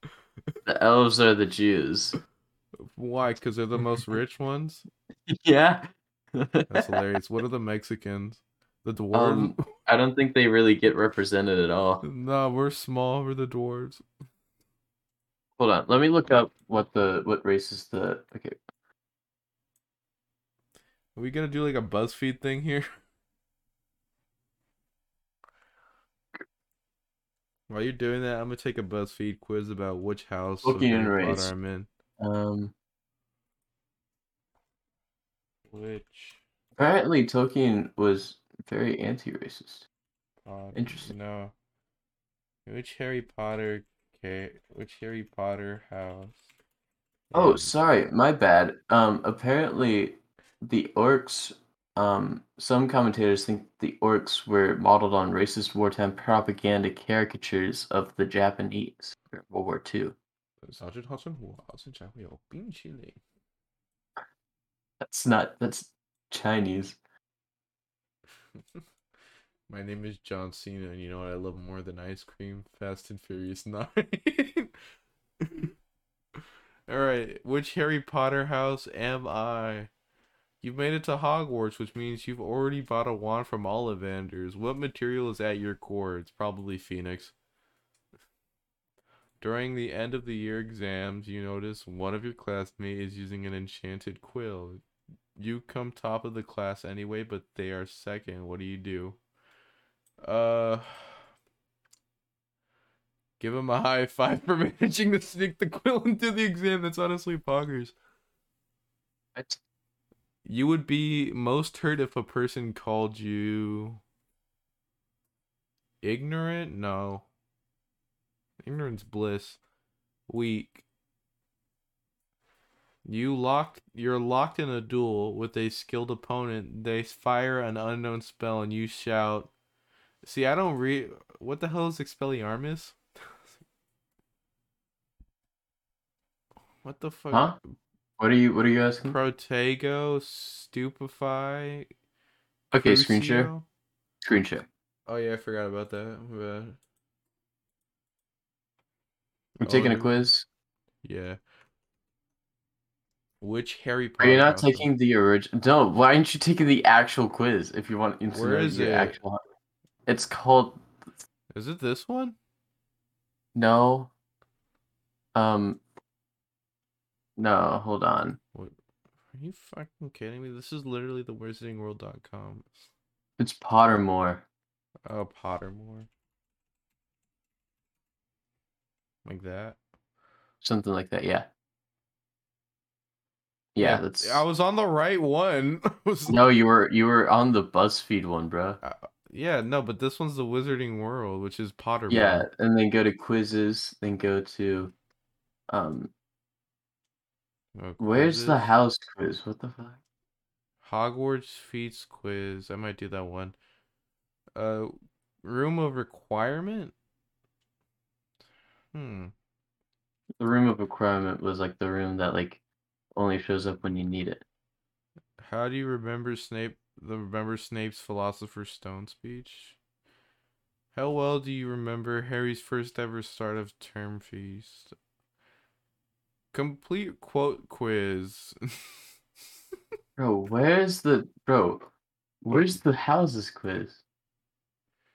the elves are the Jews. (laughs) (laughs) Why? Because they're the most rich ones. Yeah. That's hilarious. What are the Mexicans? The dwarves? (laughs) Um, I don't think they really get represented at all. (laughs) no, we're small. We're the dwarves. Hold on, let me look up what the what races the okay. Are we gonna do like a BuzzFeed thing here? (laughs) While you're doing that, I'm gonna take a BuzzFeed quiz about which house of Tolkien Harry race. Potter I'm in. Um Which apparently Tolkien was very anti-racist. Potter? Interesting. Uh, No. Which Harry Potter? Okay, which Harry Potter house? Oh, is- sorry, my bad. Um, apparently the Um, orcs um, some commentators think the orcs were modeled on racist wartime propaganda caricatures of the Japanese during World War II. Sergeant Hudson, 我好像才会有冰淇淋. That's not that's Chinese. (laughs) My name is John Cena, and you know what I love more than ice cream? Fast and Furious (laughs) 9. Alright, which Harry Potter house am I? You've made it to Hogwarts, which means you've already bought a wand from Ollivanders. What material is at your core? It's probably Phoenix. During the end of the year exams, you notice one of your classmates is using an enchanted quill. You come top of the class anyway, but they are second. What do you do? Uh, give him a high five for (laughs) managing to sneak the quill into the exam. That's honestly poggers. What? You would be most hurt if a person called you ignorant. No, ignorance bliss. Weak. You locked. You're locked in a duel with a skilled opponent. They fire an unknown spell, and you shout. See, I don't read. What the hell is Expelliarmus? (laughs) what the fuck? Huh? What are you what are you asking? Protego, stupefy. Okay, screen share. Crucio? Screen share. Oh yeah, I forgot about that. My bad. I'm taking a Oh, quiz. Yeah. Which Harry Are Potter? you not house is- taking the original? No, why aren't you taking the actual quiz if you want to Where know is the it? actual It's called Is it this one? No. Um No, hold on. What? Are you fucking kidding me? This is literally the worstthingworld.com. It's Pottermore. Oh, Pottermore. Like that. Something like that, yeah. Yeah, that's I was on the right one. (laughs) I was- No, you were you were on the BuzzFeed one, bro. Yeah, no, but this one's the Wizarding World, which is Pottermore. Yeah, and then go to quizzes, then go to um Oh, where's the quizzes. house quiz? What the fuck? Hogwarts feats quiz? I might do that one. Uh, room of requirement. Hmm. The room of requirement was like the room that like only shows up when you need it. How do you remember Snape? The remember Snape's Philosopher's Stone speech. How well do you remember Harry's first ever start of term feast? Complete quote quiz. (laughs) Bro, where's the bro? Where's the houses quiz?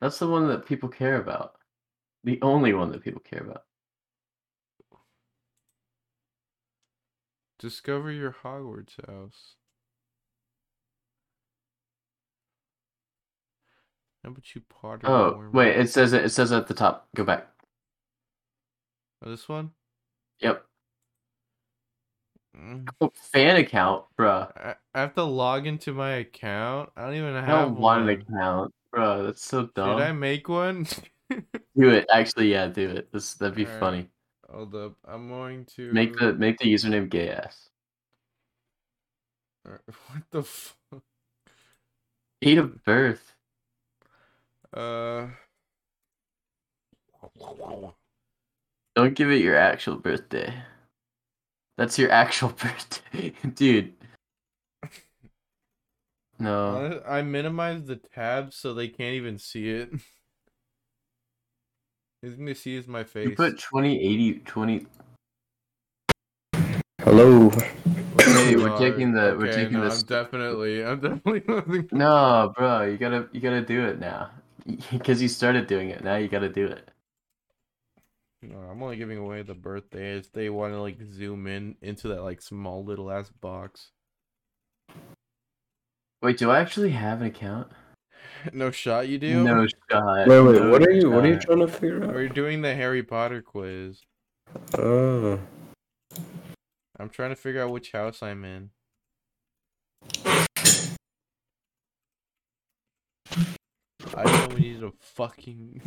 That's the one that people care about. The only one that people care about. Discover your Hogwarts house. How about you Potter? Oh Mormon? wait, it says it, it says at the top. Go back. Oh, this one? Yep. Mm. Oh, fan account, bruh. I, I have to log into my account. I don't even I have don't want one. an account, bro. That's so Should dumb. I make one? (laughs) Do it. Actually, yeah, do it. This that'd be Alright. funny. Hold up. I'm going to Make the make the username gay ass. Alright, (laughs) what the fuck? Date of birth. Uh Uh. Don't give it your actual birthday. That's your actual (laughs) birthday, dude. No, hon- I minimized the tabs so they can't even see it. (laughs) All they see is my face. you put 2080, 20. Hello. Hey, we're Alright, taking the we're okay, taking no, this. I'm definitely I'm definitely (laughs) losing- No, bro, you gotta you gotta do it now, (laughs) because you started doing it. Now you gotta do it. No, I'm only giving away the birthday if they want to like zoom in into that like small little ass box. (laughs) Wait, do I actually have an account? No shot, you do. No shot. Wait, wait. no What are you? What are you shot. trying to figure out? We're doing the Harry Potter quiz. Oh. I'm trying to figure out which house I'm in. I know we need a fucking.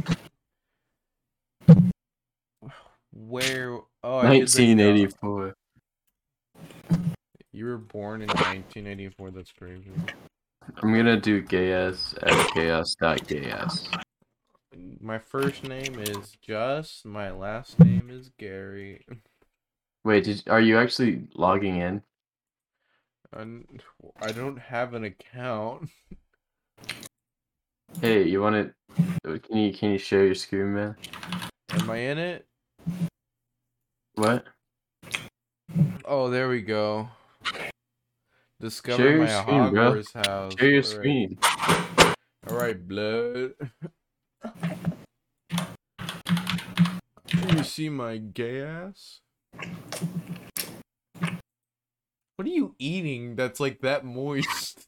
(laughs) Where? Oh, I did the doc. 1984. You were born in 1984. That's crazy. I'm gonna do gayass at chaos.gayass. My first name is Just. My last name is Gary. Wait, did, are you actually logging in? And I don't have an account. Hey, you want to? Can you can you share your screen, man? Am I in it? What? Oh, there we go. Discover Share your my screen, bro. Hogwarts house. Share your All right. screen. All right, blood. you see my gay ass? What are you eating that's like (laughs) that moist?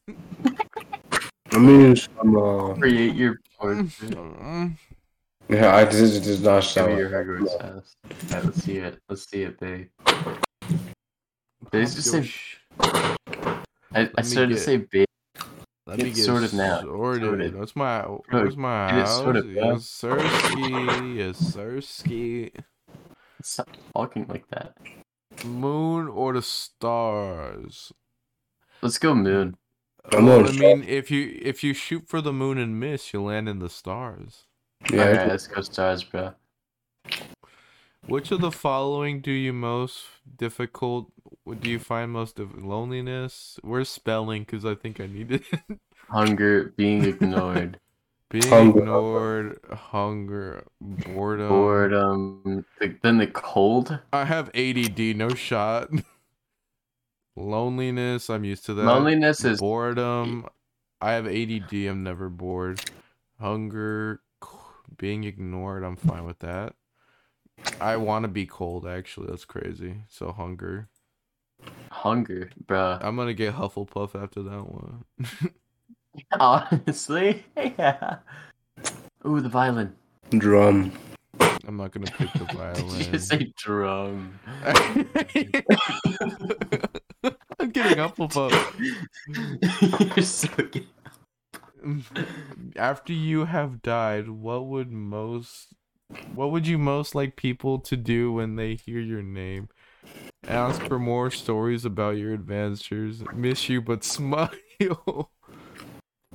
I'm eating some. Uh, Create (laughs) your porn. Mm-hmm. Wait, yeah, I, this does not Show sound. me your Hogwarts house. Yeah, let's see it. Let's see it, babe. They just say- I, I me started to get- say babe. Let Get me get sorted now. Get Sorted. sorted. What's my where's my Get it house? sorted, bro. Yes, Sirski. Yes, Sirski. Stop talking like that. Moon or the stars? Let's go moon. I'm Well, on I mean, if you if you shoot for the moon and miss, you land in the stars. Yeah, All right, let's go stars, bro. Which of the following do you most difficult? What do you find most of loneliness? Where's spelling? Because I think I need it. (laughs) Hunger, being ignored, Being Hunger. ignored, hunger, boredom. boredom. The, then the cold. I have ADD, no shot. (laughs) Loneliness, I'm used to that. Loneliness is Boredom, I have ADD, I'm never bored. Hunger, (sighs) c- being ignored, I'm fine with that. I want to be cold, actually. That's crazy. So, hunger. hunger, bro. I'm going to get Hufflepuff after that one. uh, (laughs) Honestly, yeah. Ooh, the violin. drum. I'm not going to pick the (laughs) Did you violin. just say drum? (laughs) I'm getting Hufflepuff. (laughs) You're so gay. (laughs) after you have died, what would most what would you most like people to do when they hear your name? Ask for more stories about your adventures. Miss you but (laughs) smile.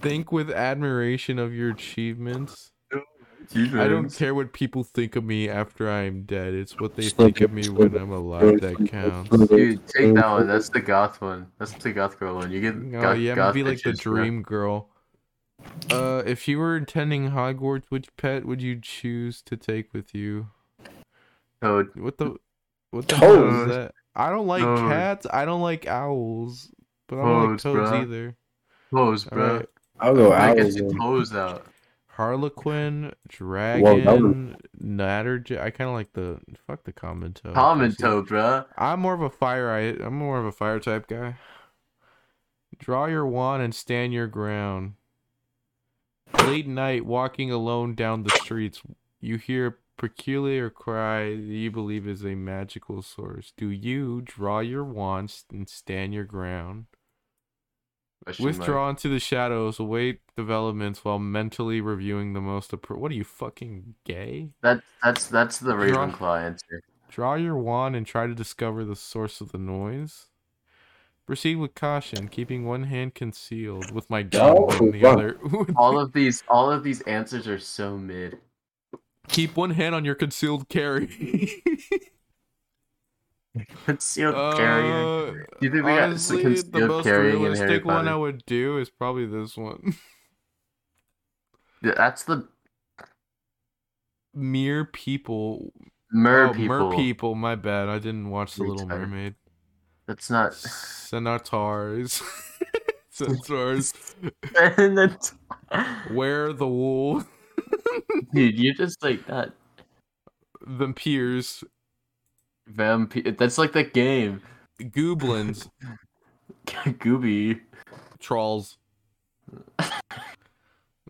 Think with admiration of your achievements. I don't care what people think of me after I am dead. It's what they Just like think of me when I'm alive that counts. Dude, take that one. That's the goth one. That's the goth girl one. You get Oh goth, yeah, goth maybe like the bitches, bro. dream girl. Uh, if you were attending Hogwarts, which pet would you choose to take with you? Toad. What the, what the hell is Toads. that? I don't like Toads. cats. I don't like owls, but I don't like Toads, toads bruh. either. Pose, All bro. right. I'll go I out. get your toes out. Harlequin, that dragon, natterjack. I kind of like the fuck the common toad. Common That's it. toe, bro. I'm more of a fire. I, I'm more of a fire type guy. Draw your wand and stand your ground. Late night, walking alone down the streets, you hear a peculiar cry that you believe is a magical source. Do you draw your wand s- and stand your ground? Question mark. Withdraw into the shadows, await developments while mentally reviewing the most appro- What are you fucking gay? That, that's that's the Draw. Ravenclaw answer. Draw your wand and try to discover the source of the noise. Proceed with caution, keeping one hand concealed, with my gun Oh, holding the wow. other. (laughs) All of these, all of these answers are so mid. (laughs) Keep one hand on your concealed carry. Concealed carrying. uh, Do you think we got s- honestly, the concealed most carrying in Harry realistic Potter? one I would do is probably this one. (laughs) Yeah, That's the Mere people. mer oh, people. Mer people. My bad. I didn't watch The Little Retard. Mermaid. That's (laughs) not. (laughs) Senatars. (laughs) (laughs) Centaurs. And (laughs) that's- Where the wool. (laughs) Dude, you're just like that Vampirs. vampire. That's like that game, (laughs) Goblins. Gooby. Trolls.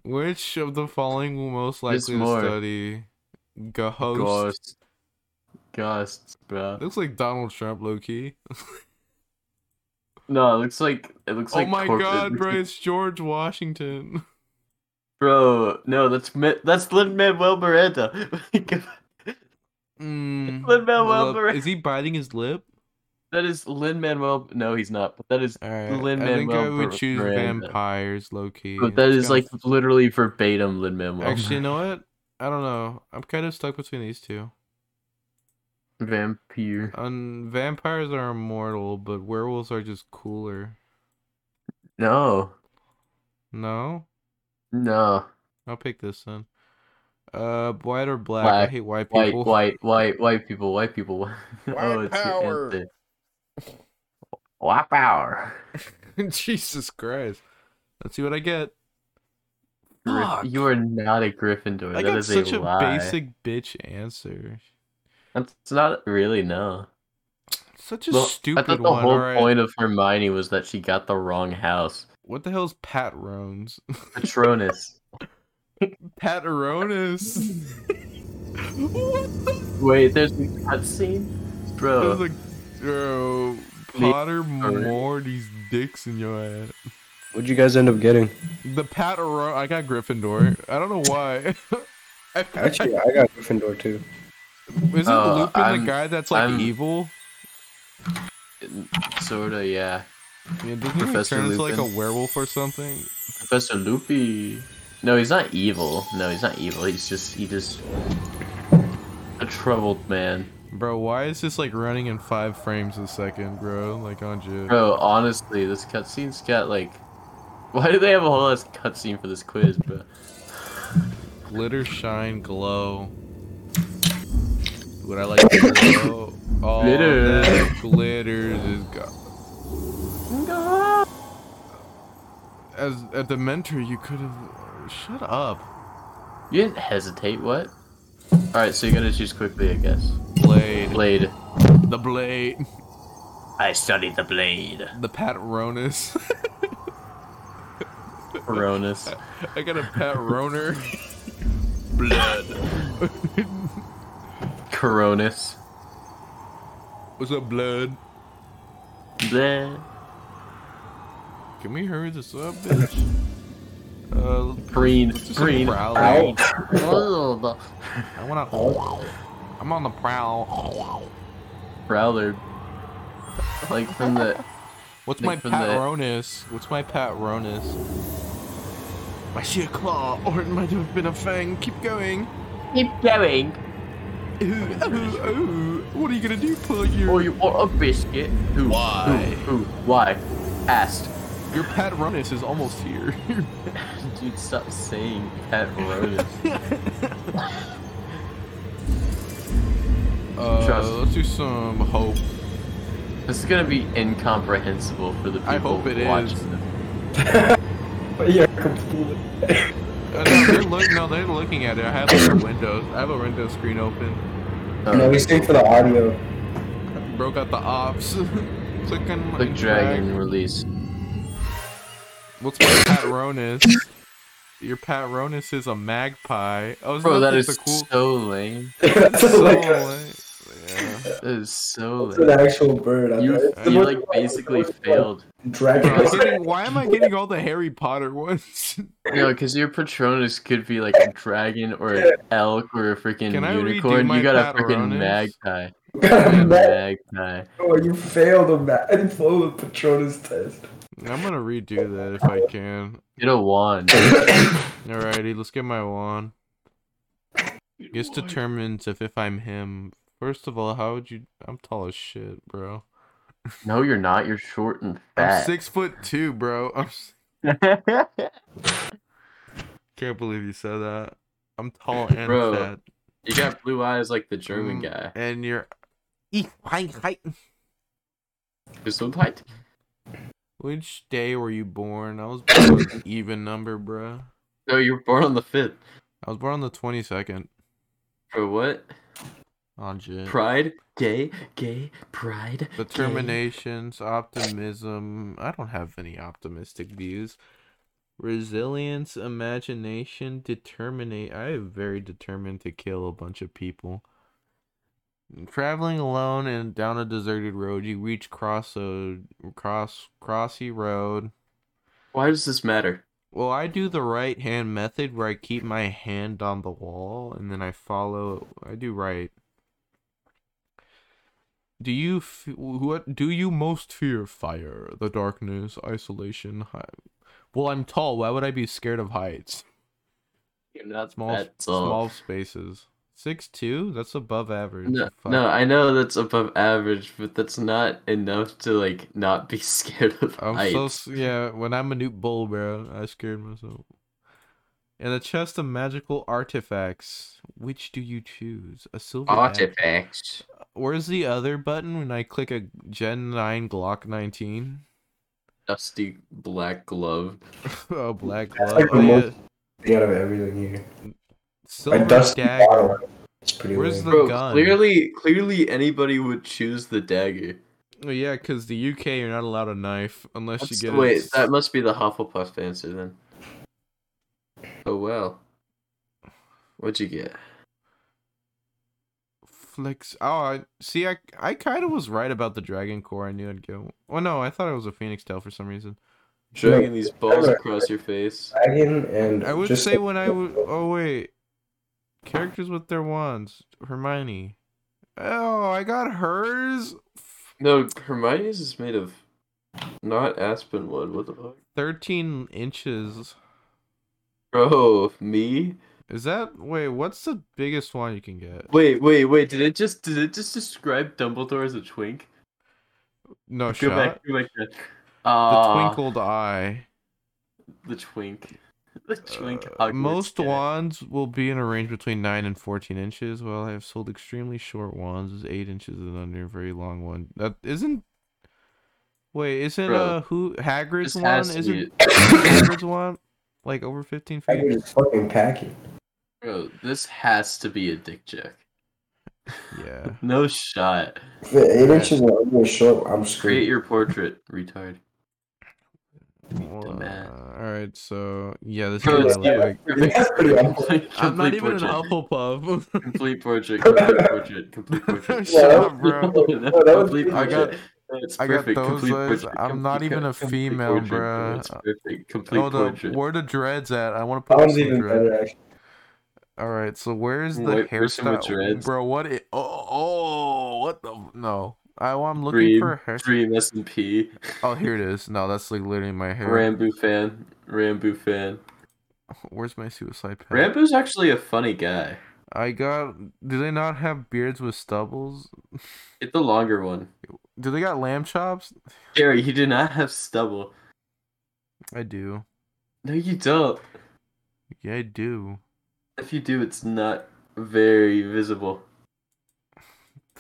Which of the following will most There's likely to more. study Ghost? Ghosts, ghosts, bro. Looks like Donald Trump, low key. No, it looks like it looks oh like. my corp- it (laughs) god, looks bro, like- it's George Washington. bro. No, that's Mi- that's Lin Manuel Miranda. (laughs) Mm, Lin-Manuel well, Hmm. Miranda. Is he biting his lip? That is Lin Manuel. No, he's not. But that is. All right. I Lin-Manuel think I Mir- would choose Miranda. vampires, low key. But that is like literally verbatim Lin Manuel. Actually, you know what? I don't know. I'm kind of stuck between these two. vampire. Um, vampires are immortal, but werewolves are just cooler. No, No, no. I'll pick this then. Uh, white or black? I Black. hate white White, people. white, white, white people. White people. (laughs) oh, it's the power. answer. White power. (laughs) Jesus Christ! Let's see what I get. Grif- Fuck. You are not a Gryffindor. I that got is such a, a, lie. basic bitch answer. That's not really no. Such a Well, stupid I thought the one. whole alright. point of Hermione was that she got the wrong house. What the hell's Pat Rones? Patronus. (laughs) Pat Aronis. what the Wait, there's a cutscene, bro. There's a bro, Potter Morty's dicks in your ass. What'd you guys end up getting? The Pat Aro- I got Gryffindor. I don't know why. (laughs) I- Actually, I got Gryffindor too. Isn't Oh, Lupin I'm- the guy that's like I'm- evil? Sorta, yeah. I mean, doesn't he Professor turn into like a Lupin. werewolf or something? Professor Loopy. No, he's not evil. No, he's not evil. He's just he just a troubled man. Bro, why is this like running in five frames a second, bro? Like on Jib. Bro, honestly, this cutscene's got like. Why do they have a whole ass cutscene for this quiz, bro? Glitter, shine, glow. Would I like to glow? All Glitter. that glitters is gone. As a Dementor, you could have. Shut up. You didn't hesitate. What? All right, so you gotta choose quickly, I guess. Blade. Blade. The blade. I studied the blade. The Pat Ronis. (laughs) Coronas. I got a (laughs) Pat Roner. blood. Coronas. What's up, blood? Bleh. Can we hurry this up, bitch? Uh, Green. Let's just Green. growl. Green. (laughs) Ugh. I wanna. I'm on the prowl. Growler. Like from the. What's Nick my from Pat the- Ronis? What's my Pat Ronis? I see a claw, or it might have been a fang. Keep going. Keep going. Ooh, ooh, ooh. What are you gonna do, pull your Or Oh, you want a biscuit? Who? Why? Who? Who? Why? Asked. your Pat Ronis is almost here. Dude, stop saying Pat (laughs) Ronan. Trust. (laughs) uh, let's do some hope. this is gonna be incomprehensible for the people I hope it watching is. this. (laughs) Yeah, completely. Uh, no, they're look, no, they're looking at it. I (coughs) have like, a window. I have a window screen open. Uh, No, he's for the audio. (laughs) Broke out the ops. (laughs) Click on my Click Dragon release. What's my Pat Ronis? Your Pat Ronis is a magpie. Oh, isn't Bro, that just is a (laughs) cool. so lame. That's So, like yeah. That is so that's lame. an actual bird. I You, thought. you like basically failed. Dragon. Bro, (laughs) I'm getting- why am I getting all the Harry Potter ones? (laughs) No, because your Patronus could be like a dragon or an elk or a freaking Can I redo unicorn. my You got a freaking Patronus? magpie. A magpie. oh, you failed a Madden full of Patronus test. I'm gonna redo that if I can. Get a wand. Alrighty, let's get my wand. This determines if, if I'm him. First of all, how would you? I'm tall as shit, bro. No, you're not. You're short and I'm fat. six foot two, bro. (laughs) I (laughs) you can't believe you said that. I'm tall and Bro. fat, got blue eyes like the German Mm. guy. and you're. Ich bin height. You're so tight. Which day were you born? I was born with an even number, bro. No, you were born on the fifth. I was born on the twenty second. For what? On shit. Pride? Gay? Gay? Pride? Determinations, optimism. I don't have any optimistic views. Resilience, imagination, determinate. I am very determined to kill a bunch of people. Traveling alone and down a deserted road, you reach cross road, cross crossy road. Why does this matter? Well, I do the right hand method where I keep my hand on the wall and then I follow. I do right. Do you f- what do you most fear? Fire, the darkness, isolation. High. Well, I'm tall. Why would I be scared of heights? You're not Small, that tall. small spaces. Six two. That's above average. No, Fuck. no, I know that's above average, but that's not enough to like not be (laughs) scared of I'm heights. so s- yeah. When I'm a new bull, bro, I scared myself. And a chest of magical artifacts. Which do you choose? A silver a- Artifacts. Where's the other button when I click a Gen 9 Glock (laughs) 19? Dusty black glove. oh, black glove. That's like the Oh, yeah. most- They gotta have everything here. Silver dagger. It's pretty Where's the Bro, gun? clearly clearly anybody would choose the dagger. Oh, yeah, because the UK, you're not allowed a knife unless That's- you get wait, it. that must be the Hufflepuff answer then. Oh well. What'd you get? Flex. Oh, I, see, I, I kind of was right about the Dragon Core. I knew I'd get one. Oh, no, I thought it was a Phoenix Tail for some reason. Dragging these balls Alright. across your face. dragon and I would just say when I would. (laughs) Oh, wait. Characters with their wands. Hermione. Oh, I got hers. No, Hermione's is made of not aspen wood. What the fuck? 13 inches. Bro, me? Is that wait? What's the biggest one you can get? Wait, wait, wait. Did it just did it just describe Dumbledore as a twink? No Go shot. back, go back. to- The Ah, twinkled eye. the twink. The twink. Uh, Hogwarts most cat. wands will be in a range between nine and fourteen inches. While I have sold extremely short wands, is eight inches and under. a Very long one. That isn't. Wait, isn't Bro, uh who This Hagrid's wand? has to Isn't be- Hagrid's wand like over fifteen I could feet? just fucking pack it. Bro, this has to be a dick check. Yeah. No shot. The eight inches are really short. I'm Create screwed. your portrait, retard. Well, man. uh, all right. So yeah, this Bro, is it's what I you. (laughs) look like. Perfect- That's pretty awful. complete- I'm not complete even an portrait. Hufflepuff. Complete (laughs) portrait, complete portrait, (laughs) complete (laughs) portrait. Shut Yeah. up, bro. No, that was- complete I got- portrait. It's I got perfect, those complete legs. portrait, I'm not complete- even a complete female, portrait, bro. bruh. It's perfect, complete Oh, the, portrait. where the dreads at? I want to That put on one's some even dreads. better, actually. All right, so where's the White person with hairstyle, dreads. bro? What? i- oh, oh, what the? No, I, well, I'm looking Dream, for a hair. Dream S and P. Oh, here it is. No, that's like literally my hair. Rambo fan. Rambo fan. (laughs) Where's my suicide pen? Rambo's actually a funny guy. I got. Do they not have beards with stubbles? Get the longer one. Do they got lamb chops? Gary, you do not have stubble. I do. No, you don't. Yeah, I do. If you do, it's not very visible.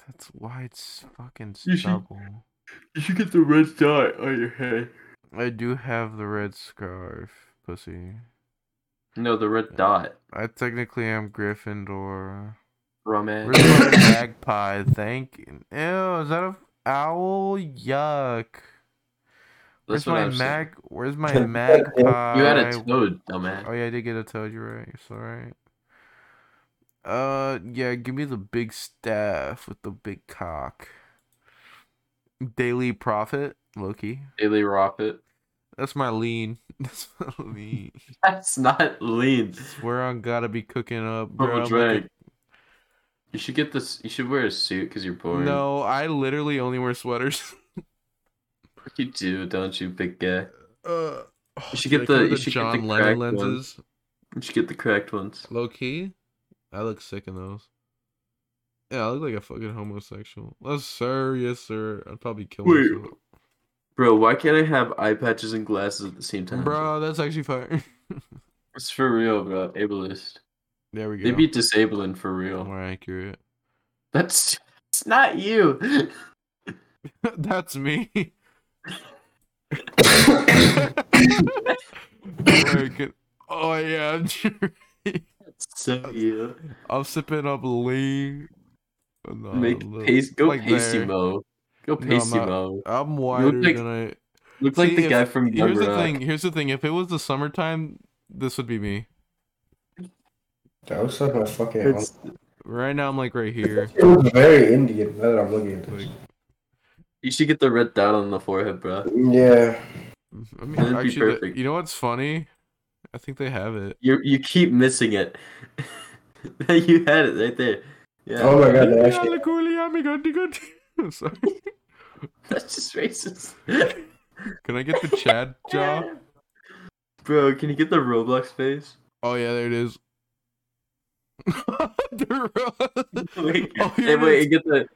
That's why it's fucking You should- stubble. You should get the red dot on your head. I do have the red scarf, pussy. No, the red dot. I technically am Gryffindor. Roman. Where's my (coughs) magpie? Thank. Ew, is that a owl? Yuck. Where's That's what my I was saying. mag? Where's my magpie? You had a toad, dumbass. Oh yeah, I did get a toad. You're right. It's alright. Uh, yeah. Give me the big staff with the big cock. Daily profit, Loki. Daily Rocket. That's my lean. (laughs) That's my lean. (laughs) That's not lean. Swear on God, I be cooking up, bro. Purple I'm like a drag. You should get this. You should wear a suit because you're boring. No, I literally only wear sweaters. (laughs) You do, don't you, big guy? Uh, You should did get I go the- with you should get the John Lennon cracked one. lenses. You should get the correct ones. Low key, I look sick in those. Yeah, I look like a fucking homosexual. Yes, sir. Yes, sir. I'd probably kill Wait, myself. Bro, why can't I have eye patches and glasses at the same time? Bro, that's actually fire. (laughs) It's for real, bro. Ableist. there we go. They be disabling for real. more accurate. (laughs) That's it's not you. (laughs) that's me. (laughs) Like, oh yeah, I'm, sure- That's so you. I'm sipping up lean. No, Make look, paste. Go like pasty there. mo. Go No, I'm pasty not- mo. I'm wider like- than I. Look like See, the if- guy from Gun Here's the Rock. thing. Here's the thing. If it was the summertime, this would be me. That was like my fucking. It's- Right now, I'm like right here. It looks very Indian now that I'm looking at this. Like, You should get the red dot on the forehead, bro. Yeah. I That'd mean, be actually, the- perfect. you know what's funny? I think they have it. You you keep missing it. (laughs) you had it right there. Yeah. Oh my god, they Yeah, actually. la coolie, amigo, digo, di- (laughs) I'm sorry. (laughs) That's just racist. Can I get the Chad jaw? (laughs) Bro, can you get the Roblox face? Oh yeah, there it is. (laughs) The ro- (laughs) Wait, (laughs) Oh, here and it wait, is. and get the,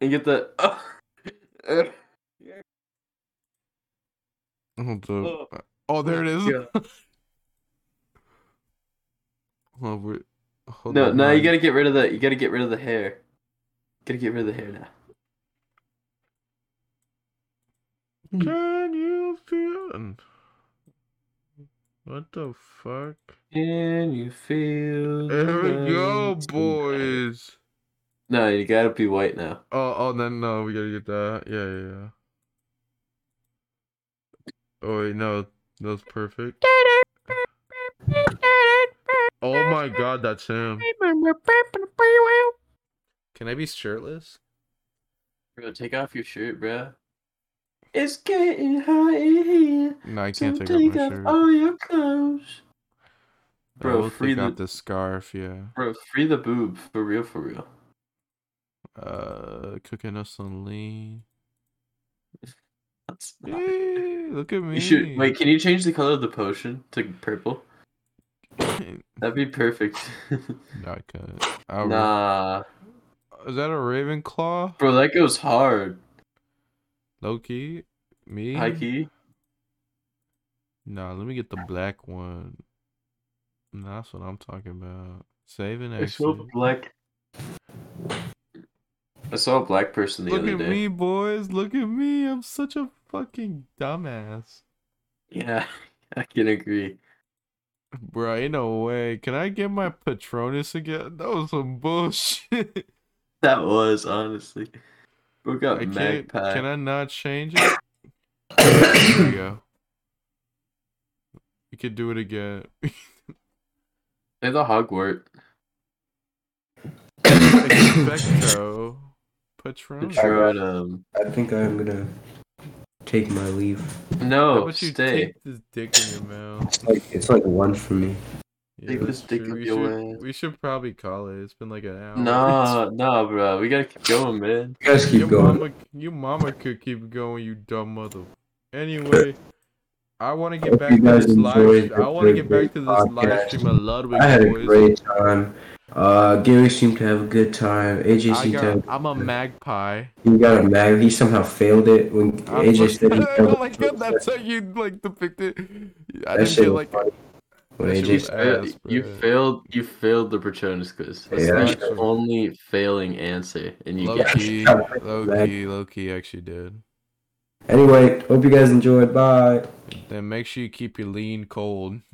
and get the. (laughs) Hold up. Oh, there it is. Yeah. Oh, wait. Hold No, on, no, you mine- gotta get rid of the. You gotta get rid of the hair. Gotta get rid of the hair now. Hmm. Can you feel? What the fuck? Can you feel? There the we go, love tonight? boys. No, you gotta be white now. Oh, oh, then no, we gotta get that. Yeah, yeah, yeah. Oh wait, no, that was perfect. Oh my god, that's him. Can I be shirtless? Bro, take off your shirt, bro. It's getting hot in here. No, I So can't take take off off my shirt. I all your clothes. Bro, will free take out the- the scarf. Yeah. Bro, free the boob for real, for real. Uh, cooking us some lean. That's not- Hey, look at me. You should (laughs) wait. Can you change the color of the potion to purple? That'd be perfect. (laughs) No, I couldn't. I would- nah, Is that a Ravenclaw? bro, that goes hard. Loki? Me? High key. Nah, let me get the black one. Nah, that's what I'm talking about. Saving I action. saw a black. I saw a black person the Look other at day. me, boys. Look at me. I'm such a fucking dumbass. Yeah, (laughs) I can agree. Bro, ain't no way. Can I get my Patronus again? That was some (laughs) bullshit. That was honestly. We got I can't. magpie. Can I not change it? (coughs) (coughs) there we go. We could do it again. They're the Hogwart. (coughs) Expecto Patronus. Patronus. Sure, um, I think I'm gonna take my leave. Oh, How no, about you stay. take this dick in your mouth? It's like it's like one for me. Yeah, Take this that's dick in true. we your should, ass. we should probably call it. It's been like an hour. Nah, nah, bro. We gotta keep going, man. You guys your keep going. mama, your mama could keep going. You dumb mother. Anyway, I want to get Hope back you to guys this live. enjoyed st- the I want to great get back to this live podcast. stream of Ludwig I had a boys. great time. Uh, Gary seemed to have a good time. AJ I seemed to have. got, I'm a magpie. He got a mag. He somehow failed it when I'm AJ like- (laughs) said he oh failed my it. god, that's how you like depicted. I that didn't shit get was like. funny. When that shit AJ was said, Uh, (laughs) ass, you bruh. failed. You failed the Patronus quiz. That's Yeah. the only failing answer, and you (laughs) Low got it. key, Yeah. low key, low key actually did. anyway, hope you guys enjoyed. Bye. Then make sure you keep your lean cold.